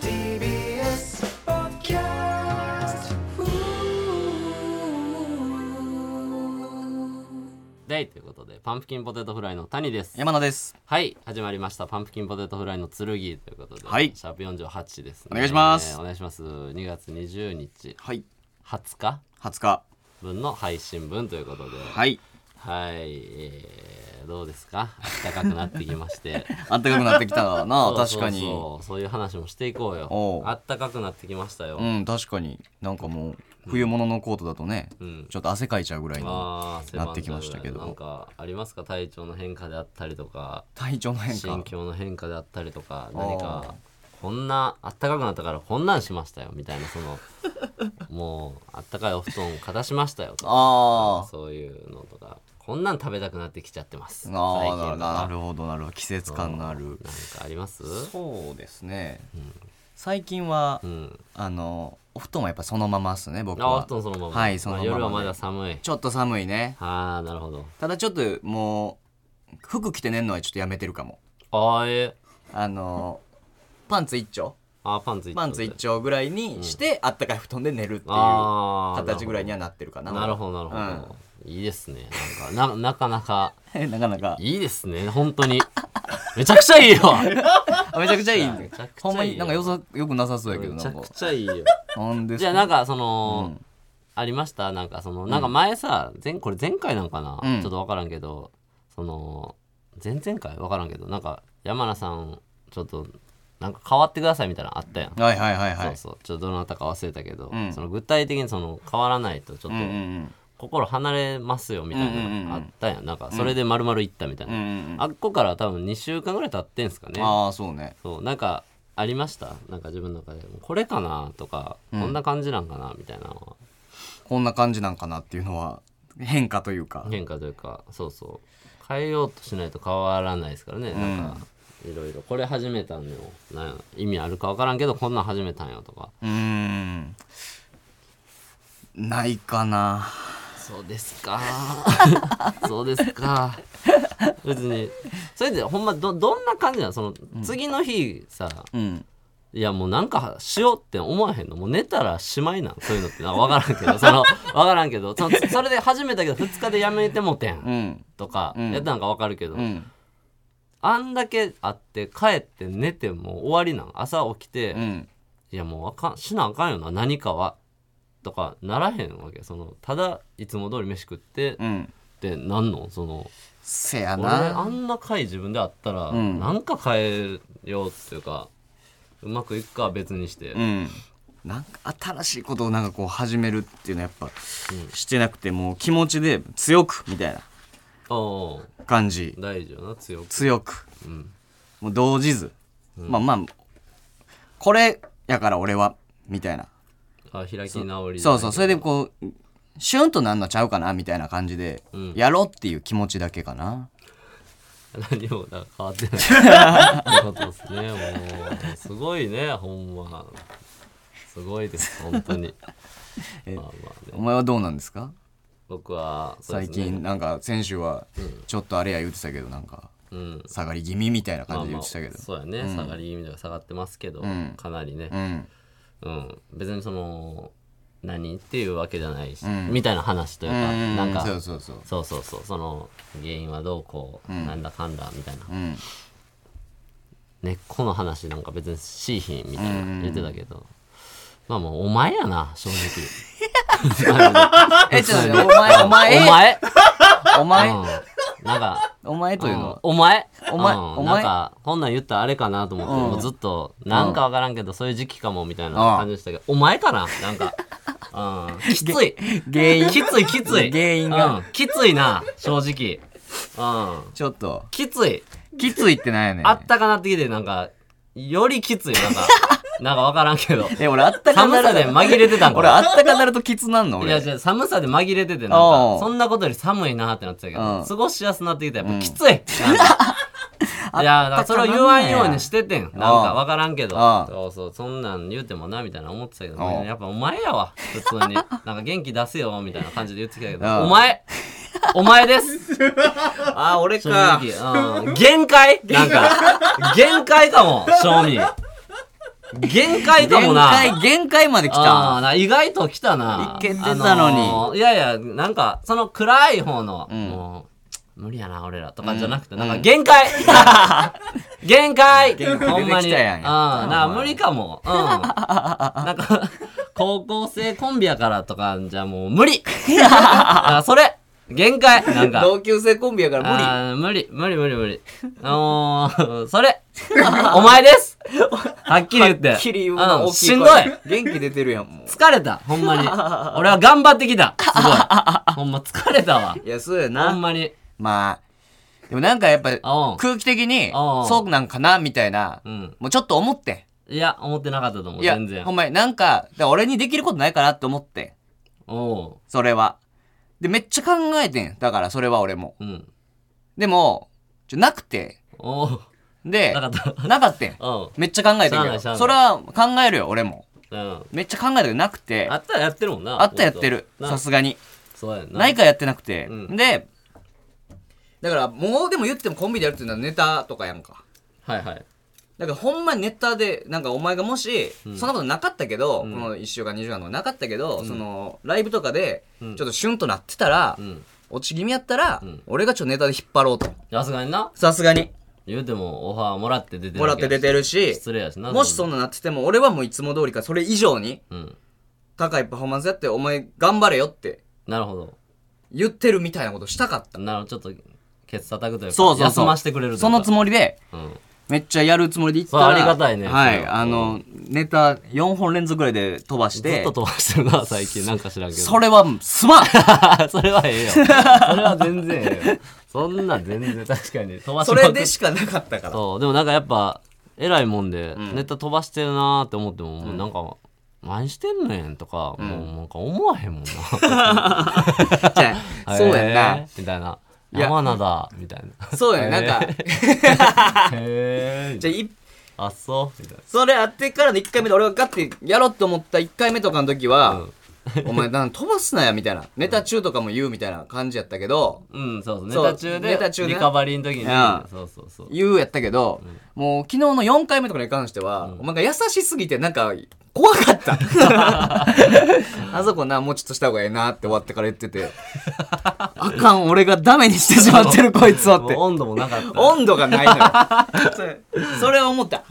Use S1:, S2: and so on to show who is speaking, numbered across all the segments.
S1: TBS ポッドキャスト
S2: デイということでパンプキンポテトフライの谷です
S3: 山名です。
S2: はい始まりましたパンプキンポテトフライの剣ということで、
S3: はい
S2: シャープ48ですね
S3: お願いします
S2: えーお願いします2月20日
S3: はい。
S2: 20日
S3: 20日。
S2: 分の配信分ということではい、
S3: はい。
S2: えーどうですか暖かくなってきまして、
S3: 暖かくなってきたな
S2: そう
S3: 確
S2: そう
S3: かに。
S2: そうそういう話もしていこうよ
S3: おう
S2: 暖かくなってきましたよ、
S3: うん、確かに。なんかもう、冬物のコートだとね、
S2: うん
S3: ちょっと汗かいちゃうぐらいの
S2: あー
S3: なってきましたけど
S2: なんかありますか体調の変化であったりとか
S3: 体調の変
S2: 心
S3: 化。
S2: 境の変化であったりとか
S3: あー
S2: 何かこんなあったかくなったからこんなんしましたよみたいなその もうあったかいお布団をかたしましたよとか
S3: あー
S2: そういうのとかこんなん食べたくなってきちゃってます
S3: あ
S2: 最近
S3: ー。
S2: とか
S3: なるほど、なるほど。季節感のあ
S2: なん
S3: る。
S2: かあります
S3: そうですね。最近は
S2: う、ん
S3: あの、お布団はやっぱそのままっすね、僕
S2: あお
S3: は
S2: 布。団そのまま
S3: はいそのままで
S2: あ夜はまだ寒い
S3: ちょっと寒いね。
S2: ああなるほど
S3: ただちょっともう、服着て寝るのはちょっとやめてるかも。
S2: あーえー
S3: あの、パンツ一丁
S2: あーパンツ一丁
S3: パンツ一丁ぐらいにして、あったかい布団で寝るっていう
S2: あー
S3: 形ぐらいにはなってるかな。
S2: なるほどなるほど、いいですねなんかななかなか
S3: ど。 なかなか。
S2: いいですね本当にめちゃくちゃいいよ
S3: あめちゃくちゃいい
S2: めちゃくちゃいいよ。
S3: ほんまになんかよさ、よくなさそうやけど、
S2: め
S3: な
S2: ちゃ
S3: んか
S2: く。ちゃいいよ。
S3: なんです
S2: じゃあなん
S3: か、
S2: かそ
S3: う
S2: の、
S3: ん
S2: ありましたなんかそのなんか前さ、前これ前回なんかな、
S3: うん
S2: ちょっとわからんけどその前々回わからんけどなんか山名さんちょっとなんか変わってくださいみたいなのあったやん。
S3: はいはいはいは
S2: そう
S3: い。
S2: そうちょっとどなたか忘れたけど、
S3: うん
S2: その具体的にその変わらないとちょっ
S3: うんうん
S2: と心離れますよみたいなのがあったやんなんかそれで丸々いったみたい
S3: うん。うん
S2: な、
S3: うん
S2: あっこから多分2週間ぐらい経ってんすかね
S3: ああ、そうね。
S2: そうなんかありましたなんか自分の中でこれかなとか、こんな感じなんかなみたいなのは
S3: こんな感じなんかなっていうのは、変化というか。
S2: 変化というかそうそう変えようとしないと変わらないですからね、なんかいろいろこれ始めたのよなんや意味あるか分からんけどこんなん始めたんよとか
S3: うーん。ないかな。
S2: そうですか そうですか別にそれでほんまどどんな感じなのその、次の日さ
S3: うん。
S2: いやもうなんかしようって思わへんのもう寝たらしまいなんそういうのってな分からんけどその分からんけどそのそれで始めたけど2日でやめてもて
S3: うんん。
S2: とか
S3: うん
S2: やったんか分かるけど、
S3: うん。
S2: あんだけあって帰って寝てもう終わりなん朝起きて、
S3: う
S2: い
S3: ん。
S2: やもうあかんしなあかんよな何かはとかならへんわけそのただいつも通り飯食ってっ
S3: うん。
S2: てなんのその
S3: せや
S2: 俺
S3: な。
S2: あんな回自分であったら、
S3: うん
S2: なんか変えようっていうかうまくいくかは別にして。
S3: うん、なんか新しいことをなんかこう始めるっていうのはやっぱしてなくてもう気持ちで強くみたいな
S2: おう
S3: 感じ
S2: 大事よな強く、
S3: 強く
S2: うん、
S3: もう動じず、まあまあこれやから俺はみたいな
S2: あ開き直り
S3: そうそうそれ
S2: で
S3: でこうシュンとなんのちゃうかなみたいな感じで
S2: うん
S3: やろうっていう気持ちだけかな、
S2: 何もなんか変わってないってことですねもうすごいねほんますごいです本当に
S3: え
S2: まあまあね
S3: お前はどうなんですか
S2: 僕はそうで
S3: 最
S2: すね
S3: 近なんか先週はちょっとあれや言ってたけどなんか
S2: うん
S3: 下がり気味みたいな感じで言
S2: まあ
S3: ってたけど、
S2: そうやね、下がり気味では下がってますけど、
S3: ん
S2: かなりね、
S3: うん
S2: うん、別にその何っていうわけじゃないし、
S3: ん
S2: みたいな話という
S3: う
S2: か、
S3: ん
S2: なんか
S3: そうそうそう
S2: そうそうそうその原因はどうこう、なんだかんだみたいな
S3: うん
S2: 根っこの話なんか別にしいひんみたいな言ってたけど、まあもうお前やな正直
S3: え、ちょっと待って、お前、お前、
S2: お前
S3: お前、
S2: うんなんか
S3: お前というのは。
S2: お前
S3: お前
S2: うん
S3: お前
S2: なんかこんなん言ったらあれかなと思って、もうずっとなんかわからんけどそういう時期かもみたいな感じでしたけど、お前かななんか、 うん、きつい
S3: 原因
S2: きついきつい
S3: 原因が
S2: うんきついな正直うん
S3: ちょっと、
S2: きつい
S3: きついってなんやね
S2: あっ
S3: ん。
S2: たかなってきて、なんか、よりきつい、 なんか、なんかわからんけど。
S3: え、俺あったか
S2: 寒
S3: な
S2: さで
S3: る。
S2: 紛れてたん
S3: 俺あ
S2: か
S3: ったかなるときつなんの
S2: いや、
S3: 俺。
S2: じゃ寒さで紛れてて、なん
S3: お
S2: か
S3: う、
S2: そんなことより寒いなってなってたけ
S3: う
S2: ど、
S3: ん
S2: 過ごしやすなってきて、やっぱきついなん かいや、だからそれを言わんようにしててん。なんかわからんけど
S3: ああ。
S2: そうそう、そんなん言うてもな、みたいな思ってたけど、
S3: ああ
S2: やっぱお前やわ、普通に。なんか元気出せよ、みたいな感じで言ってきたけ
S3: ああ
S2: ど、お前お前です
S3: あー、俺
S2: 正
S3: か。
S2: 直、うん、限界なんか、限界かも、正味。限界かも
S3: 限
S2: な。
S3: 界、限界まで来
S2: あ
S3: た。
S2: あな意外と来たな。
S3: いけてたのに
S2: ーいやいや、なんか、その暗い方の、
S3: ん
S2: もう、無理やな、俺らとかじゃなくて、
S3: うん
S2: なんか、
S3: うん
S2: 限界限界
S3: 限界
S2: ほんま
S3: 出てき
S2: に。
S3: た
S2: あ
S3: やんや
S2: あ
S3: っぱ
S2: な無理かも。うん。なんか、高校生コンビやからとかじゃもう 無理あそれ限界なんか。
S3: 同級生コンビやから
S2: あー無理無理無理無理もう それお 前ですはっきり
S3: 無
S2: 言っ
S3: 理。
S2: て
S3: はっきり言うな
S2: うん
S3: 大き
S2: し
S3: い
S2: んどい
S3: 声元気出てるやん、 もう。
S2: 疲れたほんま に俺は頑張ってきたすごいほんま疲れたわ
S3: いや、そうや
S2: ほん
S3: な。
S2: まに
S3: まあ、でもなんかやっぱ
S2: うん
S3: 空気的に
S2: うん
S3: そうなんかなみたいな
S2: うん、
S3: もうちょっと思って。
S2: いや思ってなかったと思う
S3: いや
S2: 全、然
S3: ほんまになんか、だから俺にできることないかなって思って、
S2: お
S3: それは。で、めっちゃ考えてん。だからそれは俺も。
S2: ううん
S3: でも、ちょなくて、
S2: おう
S3: で、
S2: なかった
S3: なかったん。
S2: おう
S3: めっちゃ考えて
S2: しゃあ
S3: るよ。
S2: ないしゃあない
S3: それは考えるよ、俺も。
S2: うん
S3: めっちゃ考えたけどなくて
S2: あ、ったらやってるもんな
S3: あったやってる。
S2: な
S3: さすがに。
S2: そうやんな
S3: ないからやってなくて。
S2: うん
S3: で、だからもうでも言ってもコンビでやるっていうのはネタとかやんか。
S2: はいはい
S3: だからほんまにネタで、なんかお前がもし、
S2: ん
S3: そんなことなかったけど、
S2: うん
S3: この1週間2週間とかなかったけど、そのライブとかで、ちょ
S2: ん
S3: っとシュンとなってたら、
S2: うん
S3: 落ち気味やったら、
S2: ん
S3: 俺がちょっとネタで引っ張ろうと。
S2: さすがにな
S3: さすがに。
S2: 言うてもオファーもらって出てる
S3: もらって出
S2: る
S3: てるし、
S2: 失礼やしな
S3: もしそんななってても、俺はもういつも通りか、それ以上に
S2: うん
S3: 高いパフォーマンスやって、お前頑張れよって
S2: なるほど
S3: 言ってるみたいなことしたかった。
S2: なるほどちょっとケツ叩くというか
S3: そうそうそう。
S2: 休ましてくれるというか
S3: そのつもりで、
S2: うん
S3: めっちゃやるつもりで行った
S2: そ
S3: ら。
S2: うありがたいね
S3: は
S2: そ
S3: い。
S2: れは
S3: あの、ネタ4本連続ぐらいで飛ばし
S2: ずってと、飛ばしてるな最近なんか知らんけど
S3: それはす まん
S2: それはええよ。それは全然ええよ。そんなん全然確かに飛ばし
S3: そ
S2: まくっ
S3: れでしかなかったから。
S2: そうでもなんかやっぱ偉いもんで、ネタ飛ばしてるなーって思っても、もうなんか何してんねんとか、もうなんか思わへんもん
S3: じゃあ
S2: な。
S3: そうやんな
S2: へ。ーみたいな。
S3: いや
S2: 山名だみたい な。
S3: そうやんな。なんか、
S2: へ
S3: じ
S2: え。
S3: ゃあい
S2: あそうみたいな。
S3: それあってからの1回目で俺がガッてやろうと思った1回目とかの時は、お前なん飛ばすなやみたいな。ネタ中とかも言うみたいな感じやったけど、
S2: うんそうそうネ
S3: そう
S2: タ中で
S3: ネタ中ね
S2: リカバリーの時に、
S3: うん
S2: そうそうそう。
S3: 言うやったけど、もう昨日の4回目とかに関しては、お前が優しすぎてなんか怖か った。あそこな、もうちょっとした方がええなって終わってから言ってて、あかん、俺がダメにしてしまってるこいつはっ
S2: もう
S3: て。
S2: 温度もなかった。
S3: 温度がない のよ。それそれは思った。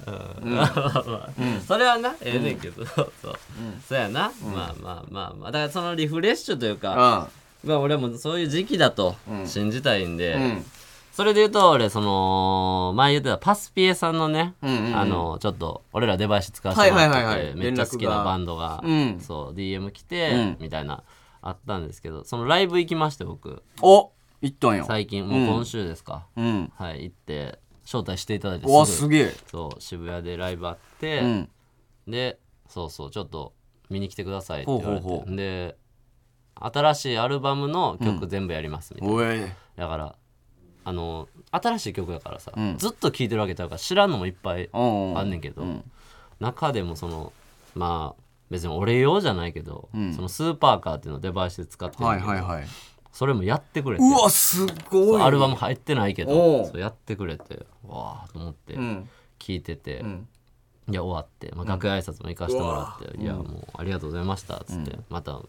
S2: それはなええねんけど、そうそう、そうやな、まあまあまあまあだからそのリフレッシュというか、まあ俺もそういう時期だと信じたいんで、
S3: うん。うん。
S2: それで言うと俺その前言ってたパスピエさんのね、
S3: うんうんうん
S2: あのちょっと俺らデバイス使わせてもらってて、
S3: はいはいはいはい
S2: めっちゃ好き
S3: 連絡
S2: な
S3: が
S2: バンドが、
S3: うん
S2: そう DM 来て、
S3: うん
S2: みたいなあったんですけどそのライブ行きまして僕
S3: お行ったんよ。
S2: 最近もう今週ですか、
S3: うん。
S2: はい行って招待していただいて
S3: お
S2: す
S3: す
S2: ぐ
S3: げえ。
S2: そう渋谷でライブあって、
S3: うん。
S2: でそうそうちょっと見に来てくださいって言われて
S3: ほうほうほ
S2: で新しいアルバムの曲全部やりますみたいな、
S3: おえ。
S2: だからあの新しい曲やからさ、
S3: うん
S2: ずっと聴いてるわけだから知らんのもいっぱい
S3: うん。
S2: あんねんけど、
S3: うん
S2: 中でもそのまあ別に俺用じゃないけど、
S3: うん
S2: そのスーパーカーっていうのをデバイスで使ってるんだ
S3: はい
S2: けど、
S3: はいはい。
S2: それもやってくれて
S3: うわ、す
S2: そ
S3: ご
S2: う
S3: い。
S2: アルバム入ってないけ
S3: お
S2: ど
S3: う
S2: そうやってくれてわあと思って
S3: うん。
S2: 聴いてて、
S3: うん。
S2: いや終わって、まあ、楽屋挨拶も行かせてもらって「いやもうありがとうございました」っつって、またも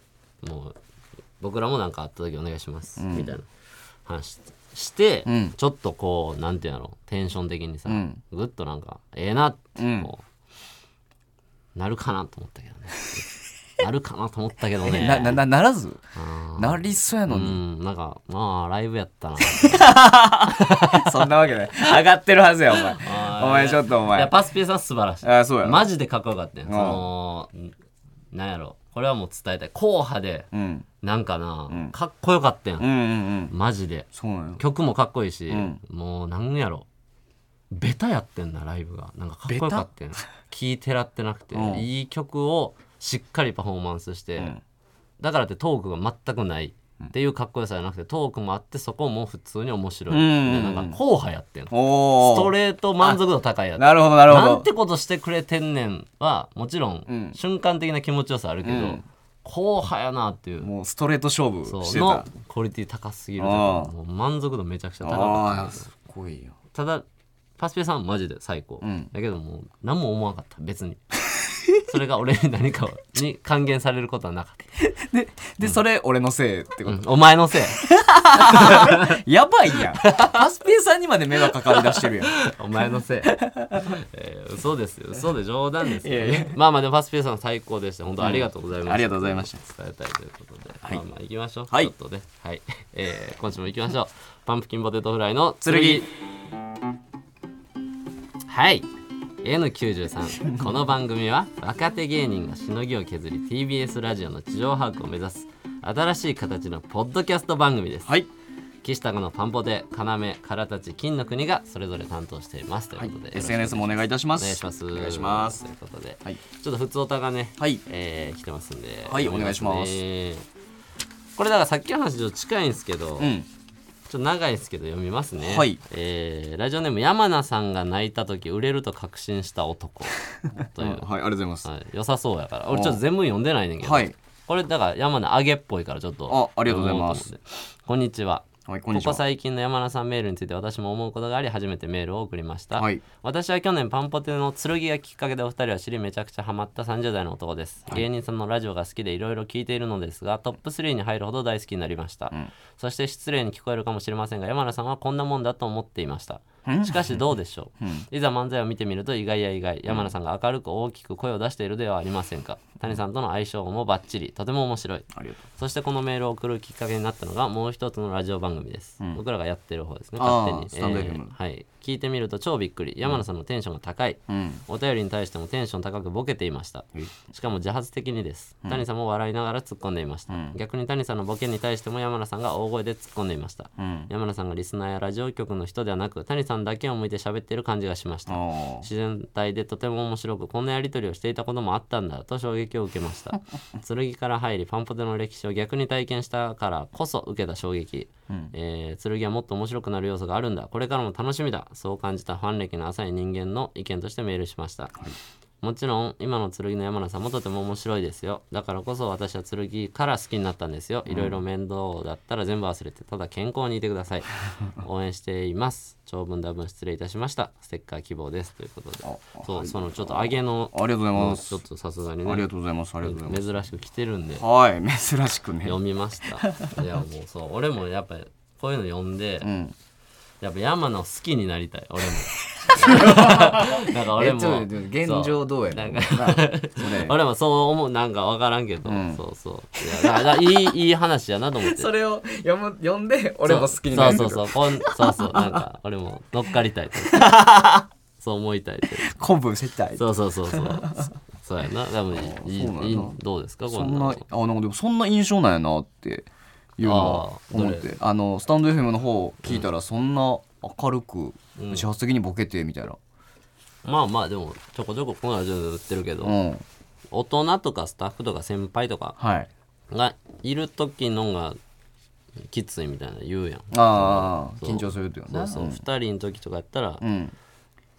S2: う僕らもなんかあった時お願いします、みたいな話して、
S3: ん
S2: ちょっとこうなんていうんやろテンション的にさ、
S3: ん
S2: ぐっとなんかええなって
S3: うん
S2: こう、なるかなと思ったけどね なるかなと思ったけど ね
S3: な、な、な、ならず
S2: あ
S3: なりそうやの
S2: う
S3: に。
S2: んなんかまあライブやったな
S3: そん なわけない。上がってるはずや、お前。お前ちょっとお
S2: いや
S3: 前。
S2: パスピーさん素晴らしい
S3: あ、そうやろ。
S2: マジでかっこよかったよ、そのなんやろこれはもう伝えたい硬派で
S3: うん。
S2: なんかな、かっこよかったやん、
S3: うんうんうん。
S2: マジで
S3: そうなの。
S2: 曲もかっこいいし、
S3: ん
S2: もうなんやろベタやってんなライブがなんかかっこよかったやん聴いてらってなくて、
S3: うん
S2: いい曲をしっかりパフォーマンスして、
S3: ん
S2: だからってトークが全くないっていうかっこよさじゃなくてトークもあってそこも普通に面白い、
S3: うんうんうん
S2: でなんか硬派やってんス
S3: おー。
S2: トレート満足度高いやつ
S3: なるほど、なるほ
S2: なん
S3: ど
S2: て。ことしてくれてんねんはもちろん
S3: ん
S2: 瞬間的な気持ちよさあるけど、
S3: うん
S2: 硬派やなっていう
S3: もうストレート勝負
S2: そう
S3: して
S2: の
S3: た
S2: クオリティ高すぎるという
S3: あ
S2: か
S3: あ
S2: もう満足度めちゃくちゃ高かった
S3: ああ
S2: です
S3: すごいよ
S2: ただパスペさんマジで最高、
S3: ん
S2: だけどもう何も思わなかった別 にそれが俺に何かをに還元されることはなかっ
S3: ででそれ俺のせいって
S2: た、
S3: こ
S2: うん
S3: と、
S2: お前のせい
S3: やばいやんパスペさんにまで目がかかりだしてるやん
S2: お前のせい、えー 嘘ですよ嘘で冗談ですよ、ね、
S3: いやい
S2: まあまあでもパスペさん最高でした本当ありがとうございました、
S3: ありがとうございました
S2: 伝えたいということで、
S3: はい
S2: まあまあ行きましょう、
S3: はい
S2: ちょっとねはい、えー今週も行きましょうパンプキンポテトフライの
S3: 剣
S2: はい N93 この番組は若手芸人がしのぎを削り TBS ラジオの地上把握を目指す新しい形のポッドキャスト番組です、
S3: はい
S2: 岸田のパンポテ要からたち金の国がそれぞれ担当していますということで、よろしく
S3: SNS もお願いいたしま
S2: お
S3: す
S2: 願いします
S3: お願いします
S2: ということで、
S3: はい
S2: ちょっと普通おたがね、
S3: はい
S2: えー来てますんで
S3: はいお願いします
S2: ねこれだからさっきの話ちょっと近いんですけど、
S3: う
S2: ちょ
S3: ん
S2: っと長いですけど読みますね、
S3: はい
S2: えーラジオネーム山名さんが泣いた時売れると確信した男という、
S3: はいありがとうございます
S2: はい良さそうやから俺ちょっと全部読んでないねんけど、
S3: はい
S2: これだから山名あげっぽいからちょっと
S3: あありがとうございます
S2: 読もうと思ってこんにちは
S3: はいこんにち
S2: ここ
S3: は
S2: 最近の山名さんメールについて私も思うことがあり初めてメールを送りました、
S3: はい
S2: 私は去年パンポテの剣がきっかけでお二人を知りめちゃくちゃハマった30代の男です、芸人さんのラジオが好きでいろいろ聞いているのですがトップ3に入るほど大好きになりました、そして失礼に聞こえるかもしれませんが山名さんはこんなもんだと思っていましたしかしどうでしょう、いざ漫才を見てみると意外や意外山名さんが明るく大きく声を出しているではありませんか谷さんとの相性もバッチリとても面白い
S3: ありがとう
S2: そしてこのメールを送るきっかけになったのがもう一つのラジオ番組です、僕らがやってる方ですね
S3: あー
S2: 勝手に
S3: スタンド FM
S2: はい、聞いてみると超びっくり山野さんのテンションが高い、
S3: ん
S2: お便りに対してもテンション高くボケていました
S3: え
S2: しかも自発的にです、谷さんも笑いながら突っ込んでいました、逆に谷さんのボケに対しても山野さんが大声で突っ込んでいました、
S3: ん
S2: 山野さんがリスナーやラジオ局の人ではなく谷さんだけを向いて喋っている感じがしました
S3: あ
S2: 自然体でとても面白くこんなやり取りをしていたこともあったんだと衝撃を受けました剣から入りパンポテの歴史を逆に体験したからこそ受けた衝撃、えー剣はもっと面白くなる要素があるんだこれからも楽しみだそう感じたファン歴の浅い人間の意見としてメールしました、もちろん今の剣の山名さんもとても面白いですよだからこそ私は剣から好きになったんですよいろいろ面倒だったら全部忘れてただ健康にいてくだ さい応援しています長文多文失礼いたしましたステッカー希望ですということでそう、そのちょっと揚げの
S3: ありがとうございます
S2: ちょっとさすがに
S3: あり
S2: ね
S3: がとうございますありがとうございます
S2: 珍しく来てるんで
S3: はい珍しくね
S2: 読みましたいやもうそう俺もやっぱりこういうの読んで、
S3: ん
S2: やっぱ山名を好きになりたい 俺もなんか俺
S3: え
S2: も
S3: ちょっと現状どうや
S2: な
S3: ね
S2: ん
S3: ん
S2: か
S3: な それ
S2: 俺もそう思うなんか分からんけど、そうそういやだからだからい いいい話やなと思って
S3: それを読む読んで俺も好きになる
S2: そうそうそうこんそうそうなんか俺も乗っかりたいと そう思いたいという
S3: 鼓舞したい
S2: そうそうそうそうそうやなでもいい
S3: そうなんやない
S2: いどうですかこ
S3: そ
S2: ん
S3: ん
S2: な
S3: な
S2: の
S3: あなんかでもそんな印象なんやなっていうのは
S2: あー
S3: 思っ
S2: どれ
S3: てあのスタンド FM の方聞いたらそんな明るく
S2: うん
S3: 自発的にボケてみたいな
S2: まあまあでもちょこちょここのラジオで売ってるけど、
S3: うん
S2: 大人とかスタッフとか先輩とか
S3: はい
S2: がいる時のがきついみたいな言うやん
S3: ああ
S2: そう
S3: 緊張するっていう
S2: そ
S3: ね
S2: うそう、二2人の時とかやったら、
S3: うん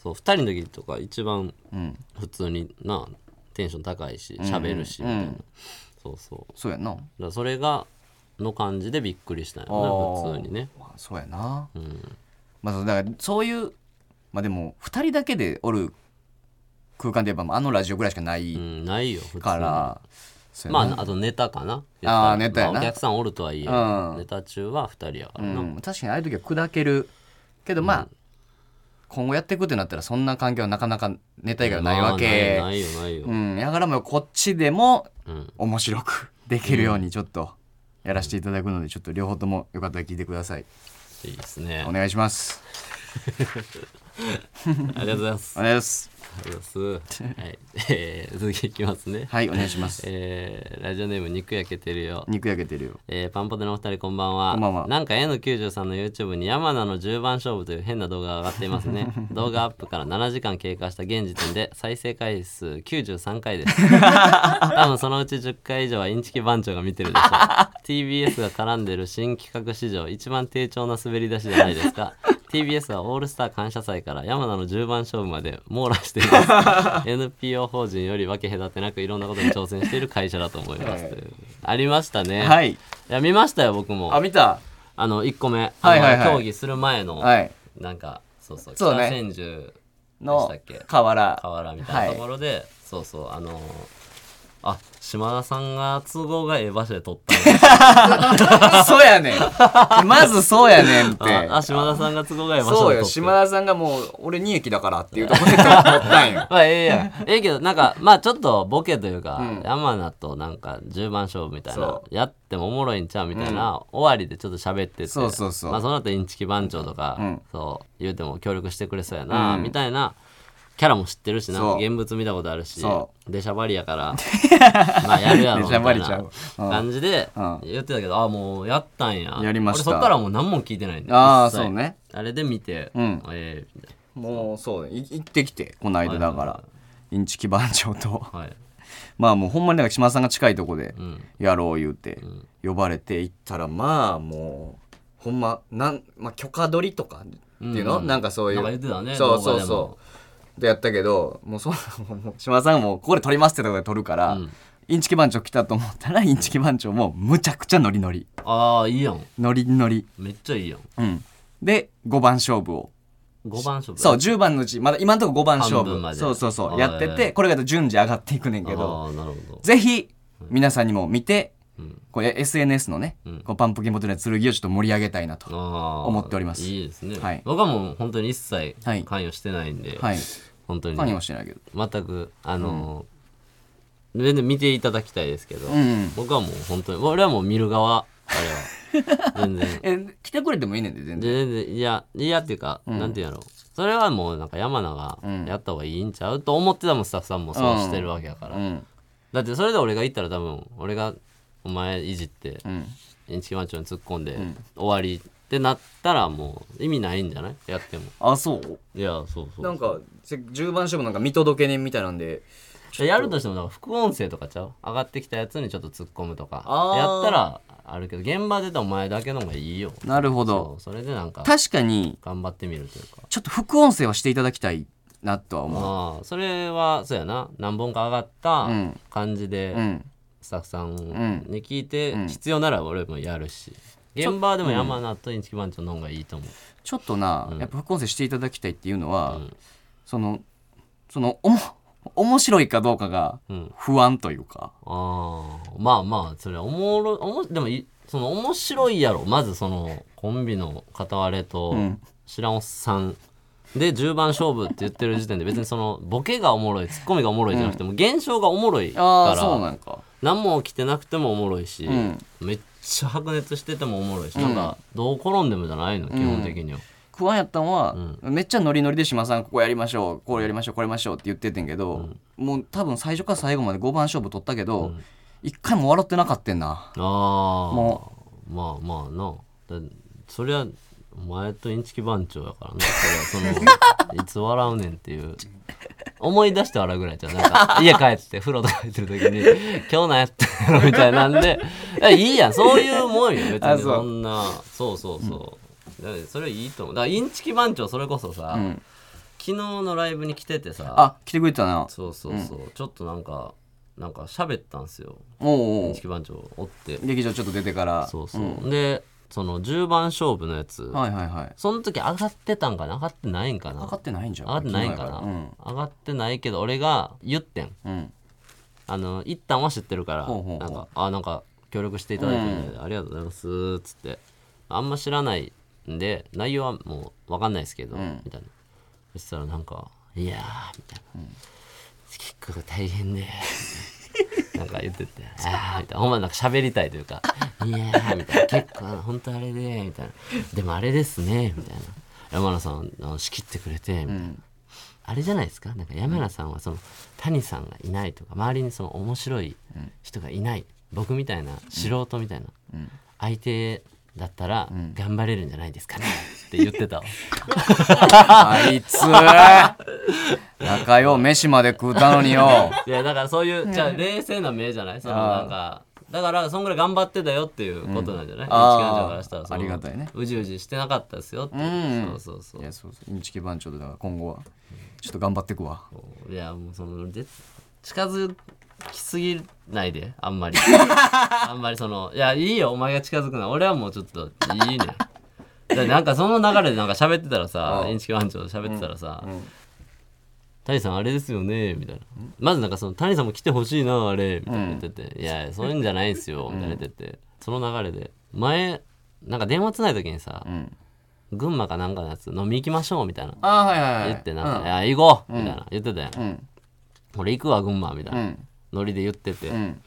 S2: そう2人の時とか一番
S3: うん
S2: 普通になテンション高いし喋るしみたいな、そうそうだか
S3: そうやんな
S2: らそれがの感じでびっくりしたよ
S3: あ
S2: ね
S3: ー
S2: 普通にね
S3: まあそうやな
S2: うん
S3: まあそうだからそういうまあでも2人だけでおる空間で言えばあのラジオぐらいしかな
S2: う
S3: い
S2: んないよ普通に
S3: からそうや
S2: ま
S3: な
S2: ああとネタかな
S3: あーネタやな
S2: まあお客さんおるとはいえ、
S3: うん
S2: ネタ中は2人やからな、
S3: うん、確かにああいう時は砕けるけどまあ、今後やっていくってなったらそんな環境はなかなかネタ以外はないわけ、
S2: まあないよないよ
S3: う
S2: ないよ、
S3: ん、やからもうこっちでも
S2: うん
S3: 面白く できるようにちょっとやらせていただくのでちょっと両方ともよかったら聞いてください
S2: いいですね
S3: お願いします
S2: ありがとうございます
S3: お願いします
S2: ありがとうございますはい、えー、続きいきますね、
S3: はいお願いします
S2: えーラジオネーム肉焼けてるよ
S3: 肉焼けてるよ
S2: えーパンポテのお二人こんばんは
S3: こんばんは
S2: なんか N93 の YouTube に山名の10番勝負という変な動画が上がっています ね動画アップから7時間経過した現時点で再生回数93回 です多分そのうち10回以上はインチキ番長が見てるでしょう TBS が絡んでる新企画史上一番低調な滑り出しじゃないですか TBS はオールスター感謝祭から山名の10番勝負まで網羅してい ます NPO 法人より分け隔てなくいろんなことに挑戦している会社だと思います、
S3: はい
S2: というありましたね、、
S3: はいい。
S2: や見ましたよ僕も
S3: あ、
S2: あ
S3: 見た。
S2: の1個目、
S3: はいはいはい
S2: あの競技する前の、
S3: はい。
S2: なんかそうそう
S3: そうね
S2: 北千住
S3: の
S2: でしたっけ
S3: 河原。
S2: 河原みたいなところで、そうそうあのーあ島田さんが都合がええ場所で撮ったんだ
S3: そうやねん。まずそうやねんって。
S2: ああ島田さんが都合がええ場所
S3: そう
S2: で撮
S3: よ。
S2: った
S3: 島田さんがもう、俺2駅だからっていうところで撮ったん よ。
S2: まあええやん。ええけど、な んか、まあちょっとボケというか、
S3: うん
S2: 山名となんか10番勝負みたいな
S3: そ、
S2: やってもおもろいんちゃうみたいな、終わりでちょっと喋ってて、
S3: そうそうそう
S2: まあその後インチキ番長とか、
S3: うん
S2: そう、言うても協力してくれそうやな、
S3: うん
S2: みたいな、キャラも知ってるしな、
S3: そう
S2: 現物見たことあるし
S3: そ、
S2: 出しゃばりや から、まあやるやろみ
S3: 出し
S2: たい
S3: ゃば
S2: な
S3: りちゃううん
S2: 感じで
S3: うん
S2: 言ってたけど、あ、もうやったんや。
S3: やりました
S2: 俺そっからもう何も聞いてないんで。
S3: ああ、
S2: 一切
S3: そう。ね。
S2: あれで見て、
S3: うん
S2: ええみたい
S3: もう、そう、い行ってきて、この間だか
S2: はいはい
S3: ら。インチキ番長と。
S2: な。はい。
S3: まあもうほんまになんか島田さんが近いとこで
S2: うん。
S3: やろう言うて
S2: ん
S3: 呼ばれて行ったらまあもうほんまなん、まあ、許可取りとかっていうの、
S2: うんうん
S3: なんかそういう
S2: なんか言ってたね
S3: そうそう
S2: 動画でも
S3: そうでやったけどもうそんなもう 島田さんもここで撮りますってとこで撮るから、
S2: うん
S3: インチキ番長来たと思ったらインチキ番長もむちゃくちゃノリノリ
S2: ああ、いいやん。
S3: ノリノリ
S2: めっちゃいいやん。
S3: うんで5番勝負を
S2: 五番勝負。
S3: そう10番のうちまだ今のところ5番勝
S2: 半分
S3: 負
S2: まで
S3: そうそうそ
S2: あ
S3: う
S2: ー
S3: やっててこれが順次上がっていくねんけど
S2: ああ、なるほど。
S3: ぜひ皆さんにも見て
S2: うん、
S3: これ SNS のね、
S2: うん
S3: こうパンプキンボトルの剣をちょっと盛り上げたいなと。思
S2: 思
S3: っております
S2: いいですね。
S3: はい
S2: 僕はもう本当に一切
S3: はい
S2: 関与してないんで、
S3: はい。
S2: 本当に
S3: 何もしてないけど。
S2: 全く、あのー全然見ていただきたいですけど、
S3: うん
S2: 僕はもう本当に、俺はもう見る側、あれ は。全然。
S3: え、来てくれてもいいねんで、全然。
S2: 全然いやいやっていうか、なんていうんやろうそれはもうなんか山名が
S3: うん
S2: やった方がいいんちゃう、と思ってたもんスタッフさんもそうしてるわけやから、
S3: うん。
S2: だってそれで俺が言ったら多分俺がお前いじって
S3: うん。
S2: インチキマンチョに突っ込んで、終わりってなったらもう意味ないんじゃないやっても
S3: あ、そう
S2: いやそうそう
S3: なんか、せ10番勝負なんか見届け人みたいなんで、
S2: やるとしてもなんか副音声とかちゃう上がってきたやつにちょっと突っ込むとか
S3: あー
S2: やったらあるけど現場出たお前だけの方がいいよ
S3: なるほ
S2: そうそれでなんか
S3: 確かに、
S2: 頑張ってみるというか
S3: ちょっと副音声はしていただきたいなとは思う。
S2: ああそれはそうやな何本か上がっ
S3: ん
S2: た感じで、
S3: うん。
S2: スタッフさん
S3: ん
S2: に聞いて、必要なら俺もやるし現場でも山名とインチキ番長の方がいいと思う、
S3: ちょっとな、やっぱ副音声していただきたいっていうのは、
S2: ん
S3: その、その、おも、面白いかどうかが
S2: ん
S3: 不安というか。
S2: ああまあまあそれはおもろおもでもいその面白いやろまずそのコンビの片割れと
S3: ん
S2: 知らんおっさんで10番勝負って言ってる時点で別にそのボケがおもろいツッコミがおもろいじゃなくても現象がおもろいか
S3: ああ、そう
S2: ら
S3: なんか。
S2: 何も起きてなくてもおもろいし、
S3: ん
S2: めっちゃ白熱しててもおもろいし、なんかどう転んでもじゃないの基本的には、
S3: 不安やったのは、めっちゃノリノリで島さんここやりましょうこれやりましょうこれやりましょうって言っててんけど、もう多分最初から最後まで5番勝負取ったけど、一回も笑ってなかったんな
S2: ああ
S3: も
S2: まあまあなだそりゃお前とインチキ番長やからなそれは そのいつ笑うねんっていう思い出して笑うぐらいじゃんなんか家帰って風呂とか入ってる時に「今日なんやったの?」みたいなんでえいいやんそういうもんよ別
S3: あ
S2: に
S3: そう
S2: そんなそうそうそう、だからそれいいと思うだからインチキ番長それこそさ、
S3: ん
S2: 昨日のライブに来ててさ
S3: あ来てくれてたな
S2: そうそうそう、ちょっとなんかなんか喋ったんすよ
S3: おうお
S2: イン
S3: う
S2: チキ番長おって
S3: 劇場ちょっと出てから
S2: そうそう、でその10番勝負のやつ、
S3: はいはいはい
S2: その時上がってたんかな上がってないんかな
S3: 上がってないんじゃん
S2: 上がってないんかな、
S3: うん、
S2: 上がってないけど俺が言ってん
S3: うん、
S2: あの一旦は知ってるから
S3: ほうほうほう
S2: なんかあなんか協力していただいてるんで、ありがとうございますっつってあんま知らないんで内容はもう分かんないですけど、みたいなそしたらなんか「いやー」みたいな、結構大変で」 なんか言ってて「ああ」みたいなほんまなんか喋りたい というか「いやー」みたいな「結構本当あれで」みたいな「でもあれですね」みたいな「山田さんあの仕切ってくれて」みたいな。あれじゃないですかなんか山名さんはその谷さんがいないとか周りにその面白い人がいない、僕みたいな素人みたいな、相手だったら頑張れるんじゃないですかねって言ってたわ
S3: あいつ仲 よ飯まで食うたのによ
S2: いやだからそういうじゃあ冷静な目じゃないそのなんかだからそんぐらい頑張ってたよっていうことなんじゃな
S3: うん
S2: い、インチキ番長からしたら
S3: あー
S2: その
S3: ありがたいね
S2: うじうじしてなかったですよっていう、
S3: うん
S2: そうそ
S3: い
S2: うそ
S3: やそうそうインチキ番長でだから今後はちょっと頑張ってくわ
S2: ういやもうそので近づきすぎないであんま りあんまりそのいやいいよお前が近づくな俺はもうちょっといいねだってなんかその流れでなんか喋ってたらさ
S3: あー
S2: インチキ番長と喋ってたらさ、
S3: ん
S2: 谷さんあれですよねみたいなまずなんかその谷さんも来てほしいなあれみたいな言ってて、いやそういうんじゃないんすよみたいな言ってて、その流れで前なんか電話つない時にさ、
S3: ん
S2: 群馬かなんかのやつ飲み行きましょうみたいな
S3: あーはいはいはい
S2: 言ってなんか、いや行こうみたいな言ってたやん、
S3: ん
S2: 俺行くわ群馬みたいな、
S3: ん
S2: ノリで言ってて、
S3: ん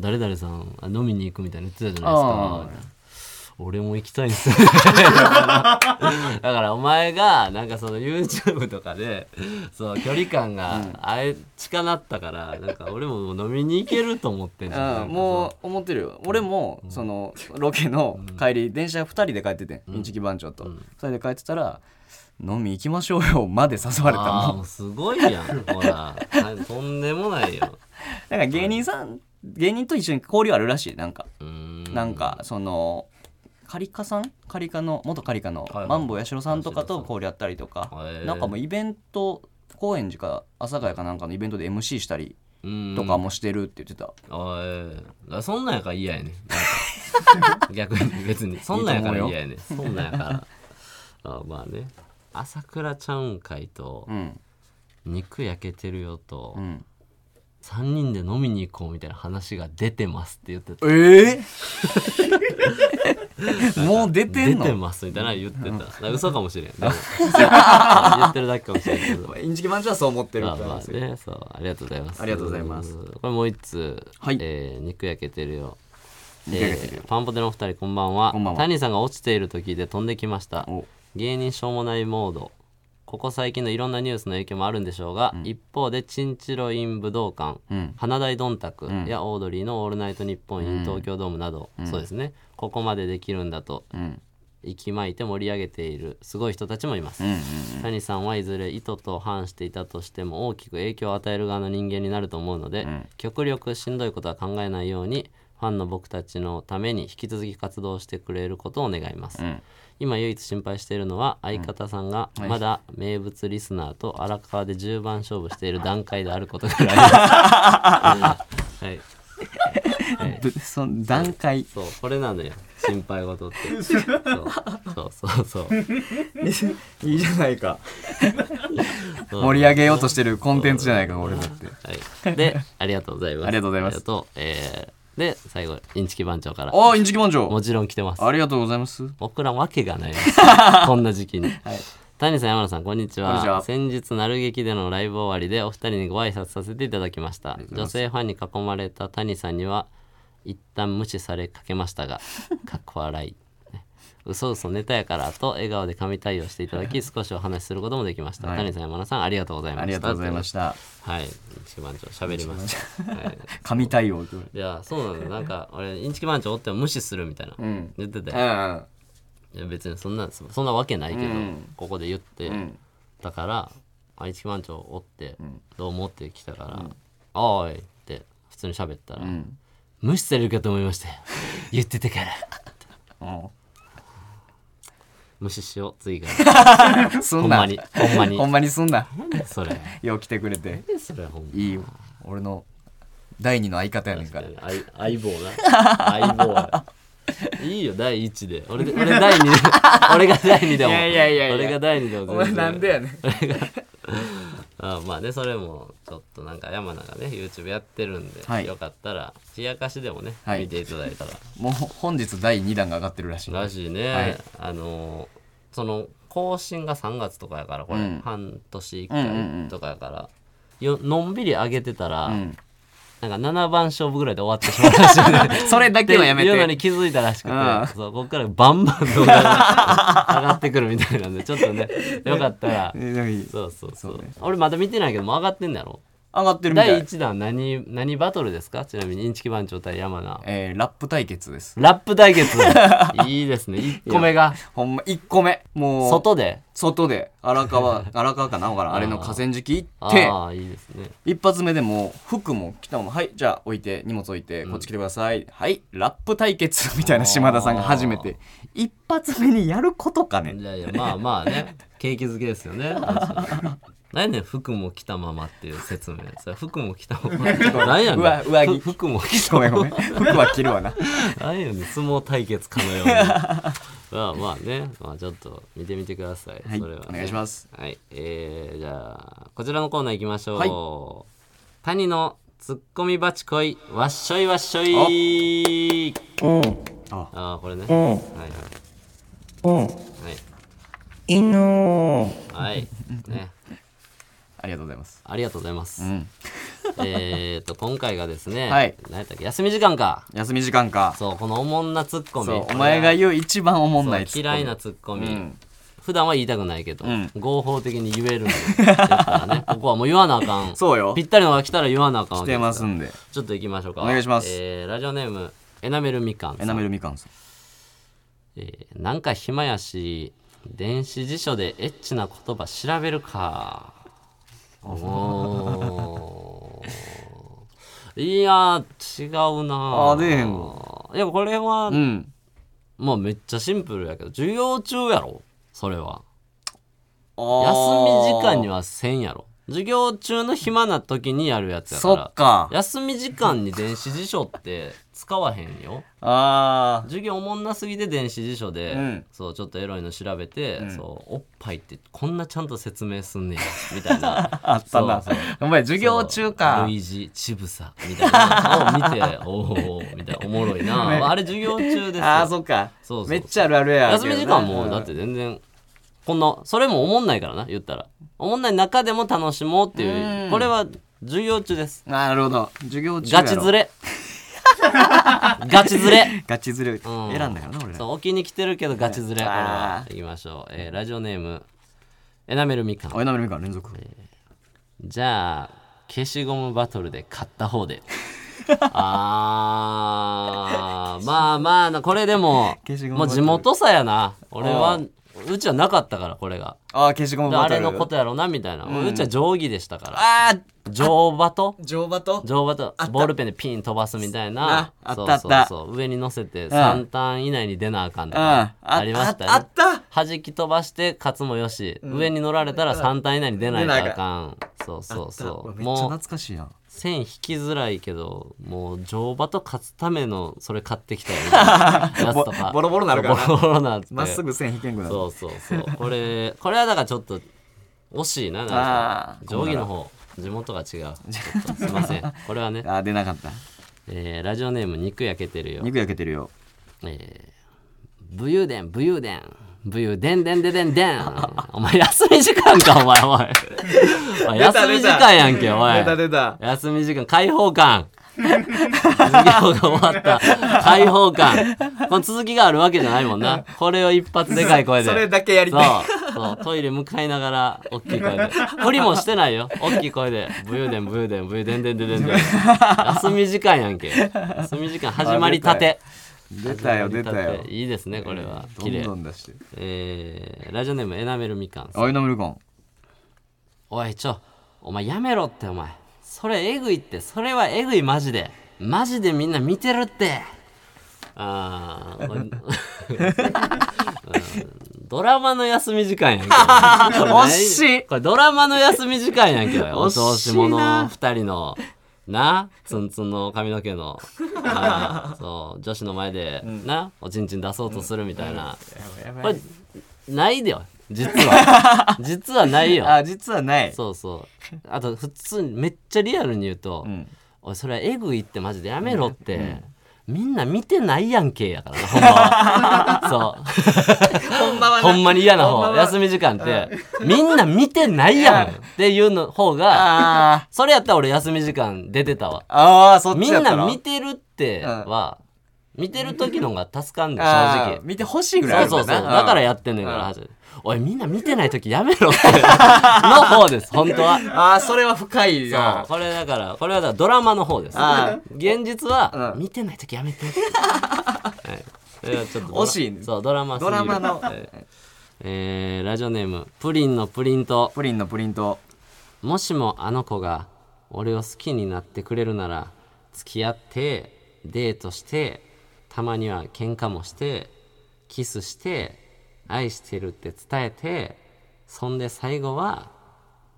S2: 誰々さんあ飲みに行くみたいな言ってたじゃないですか
S3: あー
S2: みたいな俺も行きたいんですよ だからお前がなんかその YouTube とかでそう距離感があえ近なったからなんか俺ももう飲みに行けると思ってんじゃん
S3: うん、もう思ってるよ俺もそのロケの帰り電車2人で帰っててインチキ番長と2人で帰ってたら「飲み行きましょうよ」まで誘われた
S2: あー
S3: もん
S2: もうすごいやんほらあとんでもないよ
S3: なんか芸人さん芸人と一緒に交流あるらしいなんか
S2: うーん
S3: なんかそのカリカさんカリカの元カリカの
S2: いはい
S3: マンボウ八代さんとかと交流あったりとか
S2: へー
S3: なんかもうイベント高円寺か阿佐ヶ谷かなんかのイベントで MC したり
S2: うーん
S3: とかもしてるって言ってた、
S2: おいだからそんなんやから嫌やねんな んか逆に別にそんなんやから嫌やねんそんなんやからあまあね朝倉ちゃうんかいと
S3: うん
S2: 肉焼けてるよと
S3: うん、
S2: 3人で飲みに行こうみたいな話が出てますって言ってた
S3: ええ もう出て
S2: 出
S3: んの
S2: てますみたいなの言ってただから嘘かもしれ んでも言ってるだけかもしれんけど
S3: インチキ番長はそう思ってる
S2: まあ
S3: みたいな
S2: まあね、そう、ありがとうございます。
S3: ありがとうございます
S2: これもう一つ、
S3: はい
S2: えー肉焼けてるよ。
S3: 肉焼けてる
S2: えーパンポテのお二人こんばんは
S3: こんばんは
S2: 谷さんが落ちていると聞いて飛んできました
S3: お
S2: 芸人しょうもないモードここ最近のいろんなニュースの影響もあるんでしょうが、一方でチンチロイン武道館、
S3: うん
S2: 花大どんたく
S3: ん
S2: やオードリーの「オールナイトニッポン」in 東京ドームなど、そうですねここまでできるんだと
S3: うん
S2: 息巻いて盛り上げているすごい人たちもいます、
S3: うんうん
S2: 谷さんはいずれ意図と反していたとしても大きく影響を与える側の人間になると思うので、
S3: ん
S2: 極力しんどいことは考えないようにファンの僕たちのために引き続き活動してくれることを願います、
S3: ん
S2: 今唯一心配しているのは相方さんがまだ名物リスナーと荒川で10番勝負している段階であること ぐらい です、はい、
S3: ぶその段 階
S2: そうこれなのよ心配事って そうそうそうそう
S3: いいじゃないか盛り上げようとしてるコンテンツじゃないか俺だって
S2: はい、でありがとうございます
S3: ありがとうございます
S2: ありがとうえーで最後インチキ番長から
S3: ああインチキ番長
S2: もちろん来てます
S3: ありがとうございます
S2: 僕らわけが ないですこんな時期に、谷さん山田さんこんにちは
S3: こんにちは
S2: 先日なる劇でのライブ終わりでお二人にご挨拶させていただきました女性ファンに囲まれた谷さんには一旦無視されかけま したがかっこ笑い嘘嘘ネタやからと笑顔で神対応していただき少しお話しすることもできました、
S3: はい
S2: 谷さん山田さんありがとうございました
S3: ありがとうございました
S2: はい、一番長喋りました。はい、
S3: 神対応って言わ
S2: いや、そうなんだ。な んか、俺、インチキ番長おっても無視するみたいな。
S3: ん
S2: 言ってたよ。
S3: れ
S2: いや、別にそんな、そそんなわけないけど、
S3: うん
S2: ここで言って、
S3: ん
S2: だから、あ、インチキ番長おって、どう思ってきたから、おーいって、普通に喋ったら、
S3: ん
S2: 無視されるかと思いま したよ。言ってたから。
S3: うん
S2: 無視しよう、次 から。
S3: うんす
S2: ほん
S3: ん
S2: ま
S3: な
S2: に、ほんまに
S3: ほ。んまにすんな
S2: それ。
S3: よう来てくれて
S2: それほんま
S3: いいよ俺の第二の相方やねんから
S2: あい相棒な相棒やいいよ第一で俺で俺第 二で俺が第二で
S3: い
S2: も
S3: やいやいやいや
S2: 俺が第二でも
S3: お
S2: 全然
S3: 前なんでやねん
S2: あまあねそれもちょっとなんか山名がね YouTube やってるんで、
S3: はい
S2: よかったら冷やかしでもね、
S3: はい
S2: 見ていただいたら
S3: もう本日第二弾が上がってるらしい
S2: らしいね、
S3: はい
S2: あのーその更新が3月とかやからこれ、
S3: うん
S2: 半年1
S3: うんうんう
S2: 回
S3: ん
S2: とかやから、よのんびり上げてたら、
S3: ん
S2: なんか7番勝負ぐらいで終わってしまうらしいね
S3: それだけはやめ
S2: っていうのに
S3: て
S2: 気づいたらしくて、
S3: うん
S2: そうここからバンバン動画が上がってくるみたいなんでちょっとねよかったら
S3: えなんかいい
S2: そうそうそう
S3: そうね
S2: 俺まだ見てないけどもう上がってんだろ
S3: 上がってるみた
S2: 第
S3: い。
S2: 1弾何何バトルですかちなみにインチキ番長対山名
S3: えー、ラップ対決です。
S2: ラップ 対決いいですね1個目が
S3: ほんま、1個目。もう、
S2: 外で
S3: 外で、荒川、荒川かなわからんあれの河川敷行って、
S2: ああいいですね
S3: 一発目でもう服も着たもんはいじゃあ置いて荷物置いてこっち来てください、はいラップ対決みたいな島田さんが初めて一発目にやることかね
S2: いやいやまあまあね景気づけですよね何やねん服も着たままっていう説明それ服も着たまま何や
S3: うわ上
S2: ねん
S3: 着
S2: ふ服も着た
S3: ごめ
S2: ま
S3: んごめ
S2: ま
S3: ん 服は着るわな
S2: 何やねん相撲対決かのよう にまあまあね、まあ、ちょっと見てみてください、
S3: はい
S2: それはね、
S3: お願いします
S2: はいえー、じゃあこちらのコーナー行きましょう、
S3: はい
S2: 谷のツッコミバチコイわっしょいわっしょい
S3: あ
S2: ああこれね、はいはいはいはいね
S3: ありがとうございます
S2: ありがとうございます、
S3: うん
S2: えーと今回がですね、
S3: はい
S2: 何やったっけ休み時間か
S3: 休み時間か
S2: そうこのおもんなツッコミ
S3: そうお前が言う一番おもんない
S2: そう嫌いなツッコミ、
S3: うん
S2: 普段は言いたくないけど、
S3: うん
S2: 合法的に言えるのよだから ねここはもう言わなあかん
S3: そうよ
S2: ぴったりのが来たら言わなあかんわ
S3: 来
S2: けで
S3: て
S2: す
S3: ますんで
S2: ちょっと行きましょうか
S3: お願いします
S2: えーラジオネームエナメルみかんさん
S3: エナメルみかんさん
S2: えーなんか暇やし電子辞書でエッチな言葉調べるかおーいや違うな
S3: あ出えへん
S2: いやこれは、
S3: うん
S2: まあめっちゃシンプルやけど授業中やろそれは
S3: 休み
S2: 休み時間にはせんやろ授業中の暇な時にやるやつやか
S3: そ
S2: ら
S3: っか
S2: 休み時間に電子辞書って使わへんよ
S3: あ
S2: 授業おもんなすぎて電子辞書で、
S3: うん
S2: そうちょっとエロいの調べて、そうおっぱいってこんなちゃんと説明すんねやみたいな
S3: ああったな
S2: そうそう
S3: お前 授業中か
S2: 類似ちぶさみたいなのを見ておおみたいなおもろ いな、
S3: ね
S2: あれ授業中ですよ
S3: あーそっか
S2: そうそうそう
S3: めっちゃあるあるや
S2: 休み時間も
S3: うん
S2: だって全然こんなそれもおもんないからな言ったらおもんない中でも楽しもうっていう
S3: うん
S2: これは授業中です
S3: なるほど授業中や
S2: ガ
S3: ろ
S2: チ ズレガチズレ
S3: ガチズレ選
S2: うん
S3: んだからな俺ら
S2: そう置きに来てるけどガチズレこれは
S3: あ
S2: いきましょう、えーラジオネームエナメルみかん
S3: おいなめるみかん連続
S2: じゃあ消しゴムバトルで買った 方であーまあまあなこれでも
S3: 消しゴムバ
S2: もう
S3: ト
S2: 地
S3: ル
S2: 元差やな俺はうちはなかったからこれが
S3: ああ消しゴム
S2: であ
S3: バト
S2: れ
S3: ル
S2: のことやろなみたいな、うちは定規でしたから
S3: あ
S2: 定バと
S3: あ乗馬と
S2: 定バとボールペンでピン飛ばすみたいな
S3: ああ
S2: そう
S3: ったあった
S2: そうそう上に乗せて3ターン以内に出なあかんと
S3: うん
S2: か
S3: あ、
S2: ありました
S3: ああ
S2: よ
S3: っ
S2: ね
S3: た
S2: 弾き飛ばして勝つもよし、上に乗られたら3体以内に出ないとあかん、そうそうそ
S3: め
S2: う
S3: っちゃ
S2: も
S3: 懐
S2: う
S3: かしいやん
S2: 線引きづらいけどもう乗馬と勝つためのそれ買っ てきたよみたいなやつとか
S3: ボボロボロなるからな
S2: ボロボロなって
S3: まっすぐ線引けんくなる
S2: そうそうそう これこれはだからちょっと惜しいななんか
S3: あー
S2: 定規の方地元が違うちょっとすいませんこれ はね、
S3: あー出なかった
S2: えーラジオネーム肉焼けてるよ
S3: 肉焼けてるよ
S2: えー、武勇伝武勇伝武勇伝伝伝伝伝お前休み時間かお前おいお前
S3: 出た
S2: 休み時間やんけお
S3: 出た
S2: い
S3: 出た
S2: 休み時間開放感授業が終わった開放感この続きがあるわけじゃないもんなこれを一発でかい声で
S3: それだけやり
S2: そ
S3: たいう
S2: そうトイレ向かいながら大きい声 で振りもしてないよ大きい声で「ブユーデンブユーデンブユーデンデンデンデンデン」休み時間やんけ休み時間始まりたて
S3: 出たよ出た
S2: 始まり
S3: よ
S2: ていいですねこれは
S3: ど
S2: 綺
S3: ん
S2: 麗
S3: どん出して
S2: えーラジオネームエナメルみかんさん
S3: おいなめるかん
S2: おいちょお前やめろってお前それえぐいってそれはえぐいマジでマジでみんな見てるってあーこれうんドラマの休み時間やんけ
S3: 惜しい
S2: これドラマの休み時間やんけお調子者
S3: 惜
S2: 二人のなツンツンの髪の毛のあーそう女子の前で、なおちんちん出そうとするみたいな、これないでよ実 は実はないよ
S3: あ実はない
S2: そう そうあと普通にめっちゃリアルに言うと「
S3: ん
S2: おいそれはえぐいってマジでやめろ」って、みんな見てないやんけやからなほんま は
S3: ほんま
S2: そ
S3: は
S2: うほんまに嫌な方
S3: ほんまは
S2: 休み時間ってみんな見てないやんっていうの方が
S3: あ
S2: それやったら俺休み時間出てたわ
S3: あああそっ
S2: み
S3: ち
S2: ん
S3: やった
S2: な
S3: ら
S2: 見てるっては、見てる時の方が助かんねん正
S3: あ
S2: 直
S3: ー見てほしいぐらいあ
S2: そう
S3: るも
S2: そうんそう
S3: な
S2: だからやってんねんから
S3: うん
S2: 初めおいみんな見てない時やめろって の方です本当は
S3: ああそれは深い
S2: そう
S3: な
S2: これだからこれはだからドラマの方です
S3: あ
S2: 現実は
S3: うん
S2: 見てない時や めて、はい、それはちょっとドラ
S3: 惜しいね
S2: そうドラマす
S3: ド
S2: ぎる
S3: ラマの
S2: はいえーラジオネームプリンのプリント
S3: プリンのプリント
S2: もしもあの子が俺を好きになってくれるなら付き合ってデートしてたまには喧嘩もしてキスして愛してるって伝えてそんで最後は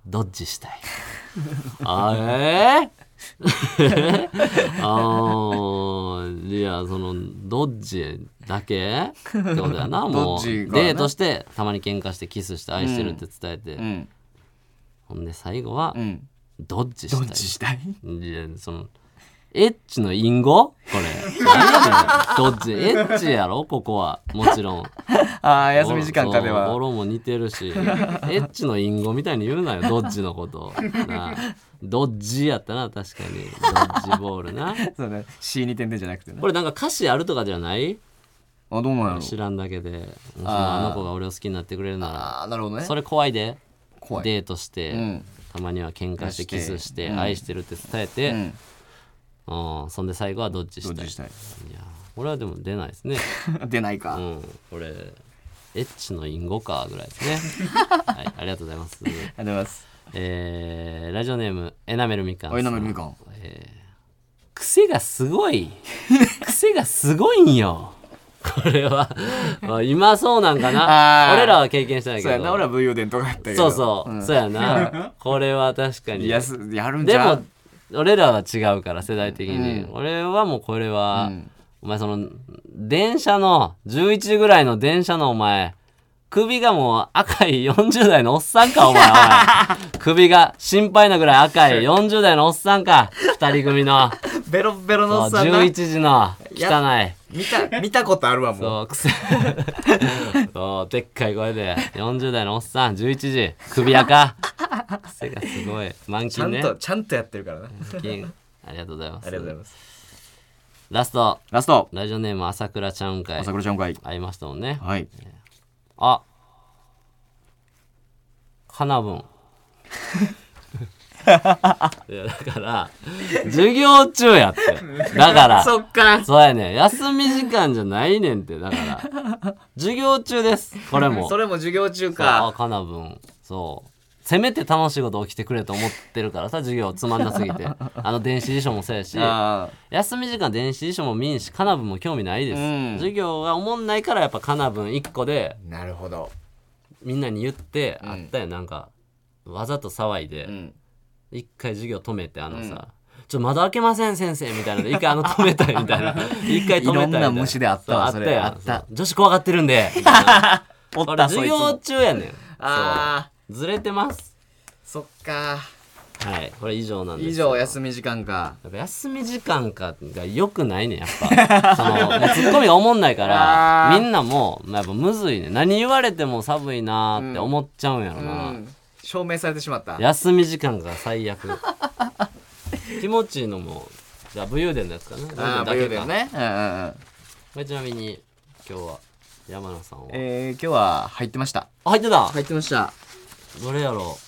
S2: ドッジ したい あれあーいやそのドッジだけってことやなもう
S3: ドッジがね
S2: デートしてたまに喧嘩してキスして愛してるって伝えて、
S3: うん
S2: ほんで最後は
S3: うん
S2: ドッジしたい。
S3: したい
S2: いやそのエッチの隠語こ れ。何やねんドッジエッチやろここはもちろん。
S3: ああ休み時間かでは
S2: そう語呂も似てるし、エッチの隠語みたいに言うなよドッジのこと。なあドッジやったな確かにドッジボールな。
S3: そうね C2 点でじゃなくてね
S2: これなんか歌詞あるとかじゃない
S3: あどうなんやろ
S2: 知らんだけでもしもあの子が俺を好きになってくれるな
S3: ああなるほど
S2: ら
S3: ね
S2: それ怖いで
S3: 怖い
S2: デートして、
S3: うん
S2: たまには喧嘩してキスして、
S3: うん
S2: 愛してるって伝えて、
S3: うん
S2: うん、そんで最後はどっち
S3: ど
S2: し
S3: った
S2: い
S3: ちしたい
S2: いや俺はでも出ないですね
S3: 出ないうか
S2: ん俺エッチの隠語かぐらいです ねはいありがとうございます
S3: ありがとうございます
S2: えー、ラジオネームエナメルみかんさん
S3: おいなめみかん
S2: 癖がすごい癖がすごいんよこれはまあ今そうなんかな
S3: あー
S2: 俺らは経験してないけ
S3: そ
S2: ど
S3: うやな俺は武勇伝とかやったけ
S2: そ
S3: ど
S2: うそう、
S3: ん
S2: そうやなこれは確かに
S3: いやすやるんじ
S2: で
S3: ゃ
S2: も
S3: ん
S2: 俺らは違うから世代的に、
S3: うん
S2: 俺はもうこれは、
S3: うん
S2: お前その電車の11時ぐらいの電車のお前首がもう赤い40代のおっさんかお前お い首が心配なぐらい赤い40代のおっさんか2人組 の
S3: ベロベロの
S2: そ
S3: お
S2: う
S3: っさんな
S2: 11時の汚い
S3: 見た見たことあるわもう
S2: そうくせ そうでっかい声で40代のおっさん11時 首赤癖がすごい満
S3: ちゃ
S2: 勤
S3: ん
S2: ね
S3: とちゃんとやってるからなあり
S2: 満勤 ありがとうございます
S3: がとうございます
S2: ラスト
S3: ラスト
S2: ラジオネーム朝倉ちゃうんかい
S3: 朝倉ちゃん会
S2: 会いましたもんね
S3: はい
S2: あかな ぶんいやだから授業中やってだから
S3: そっか
S2: そうやねん休み時間じゃないねんってだから授業中ですこれ も
S3: それも授業中
S2: あ
S3: か
S2: かなぶんそうせめて楽しいこと起きてくれと思ってるからさ授業つまんなすぎてあの電子辞書もそうやし
S3: あ
S2: 休み時間電子辞書も見んしカナブンも興味ないです、
S3: うん
S2: 授業がおもんないからやっぱカナブン1個で
S3: ーなるほど
S2: みんなに言って、
S3: うん
S2: あったよなんかわざと騒いで、
S3: うん
S2: 一回授業止めてあのさ、ちょ窓開けません先生みたいなので一回あの止めたいみたいな一回止めたいみたい
S3: いろんな虫であったわ
S2: そ
S3: そ
S2: う
S3: れ
S2: あった
S3: あ
S2: よ
S3: った
S2: そう女子怖がってる んでみたいな
S3: お
S2: こ
S3: っ
S2: れ
S3: た
S2: 授業中やねん
S3: あ
S2: そうずれてます
S3: ーそっか
S2: はいこれ以上なんです
S3: 以上休み時間か
S2: やっぱ休み時間かが良くないねんやっぱそのもうツッコミがおもんないから
S3: あー
S2: みんなもう、まあ、やっぱむずいね何言われても寒いなーって思っちゃうんやろな、
S3: うん証明されてしまった
S2: 休み時間が最悪気持ちいいのもじゃあ武勇伝のやつかな
S3: ああ武勇伝
S2: ね
S3: ねうんうんうん
S2: ちなみに今日は山野さんは、
S3: えー今日は入ってました
S2: あ入ってた、
S3: 入ってました
S2: どれやろ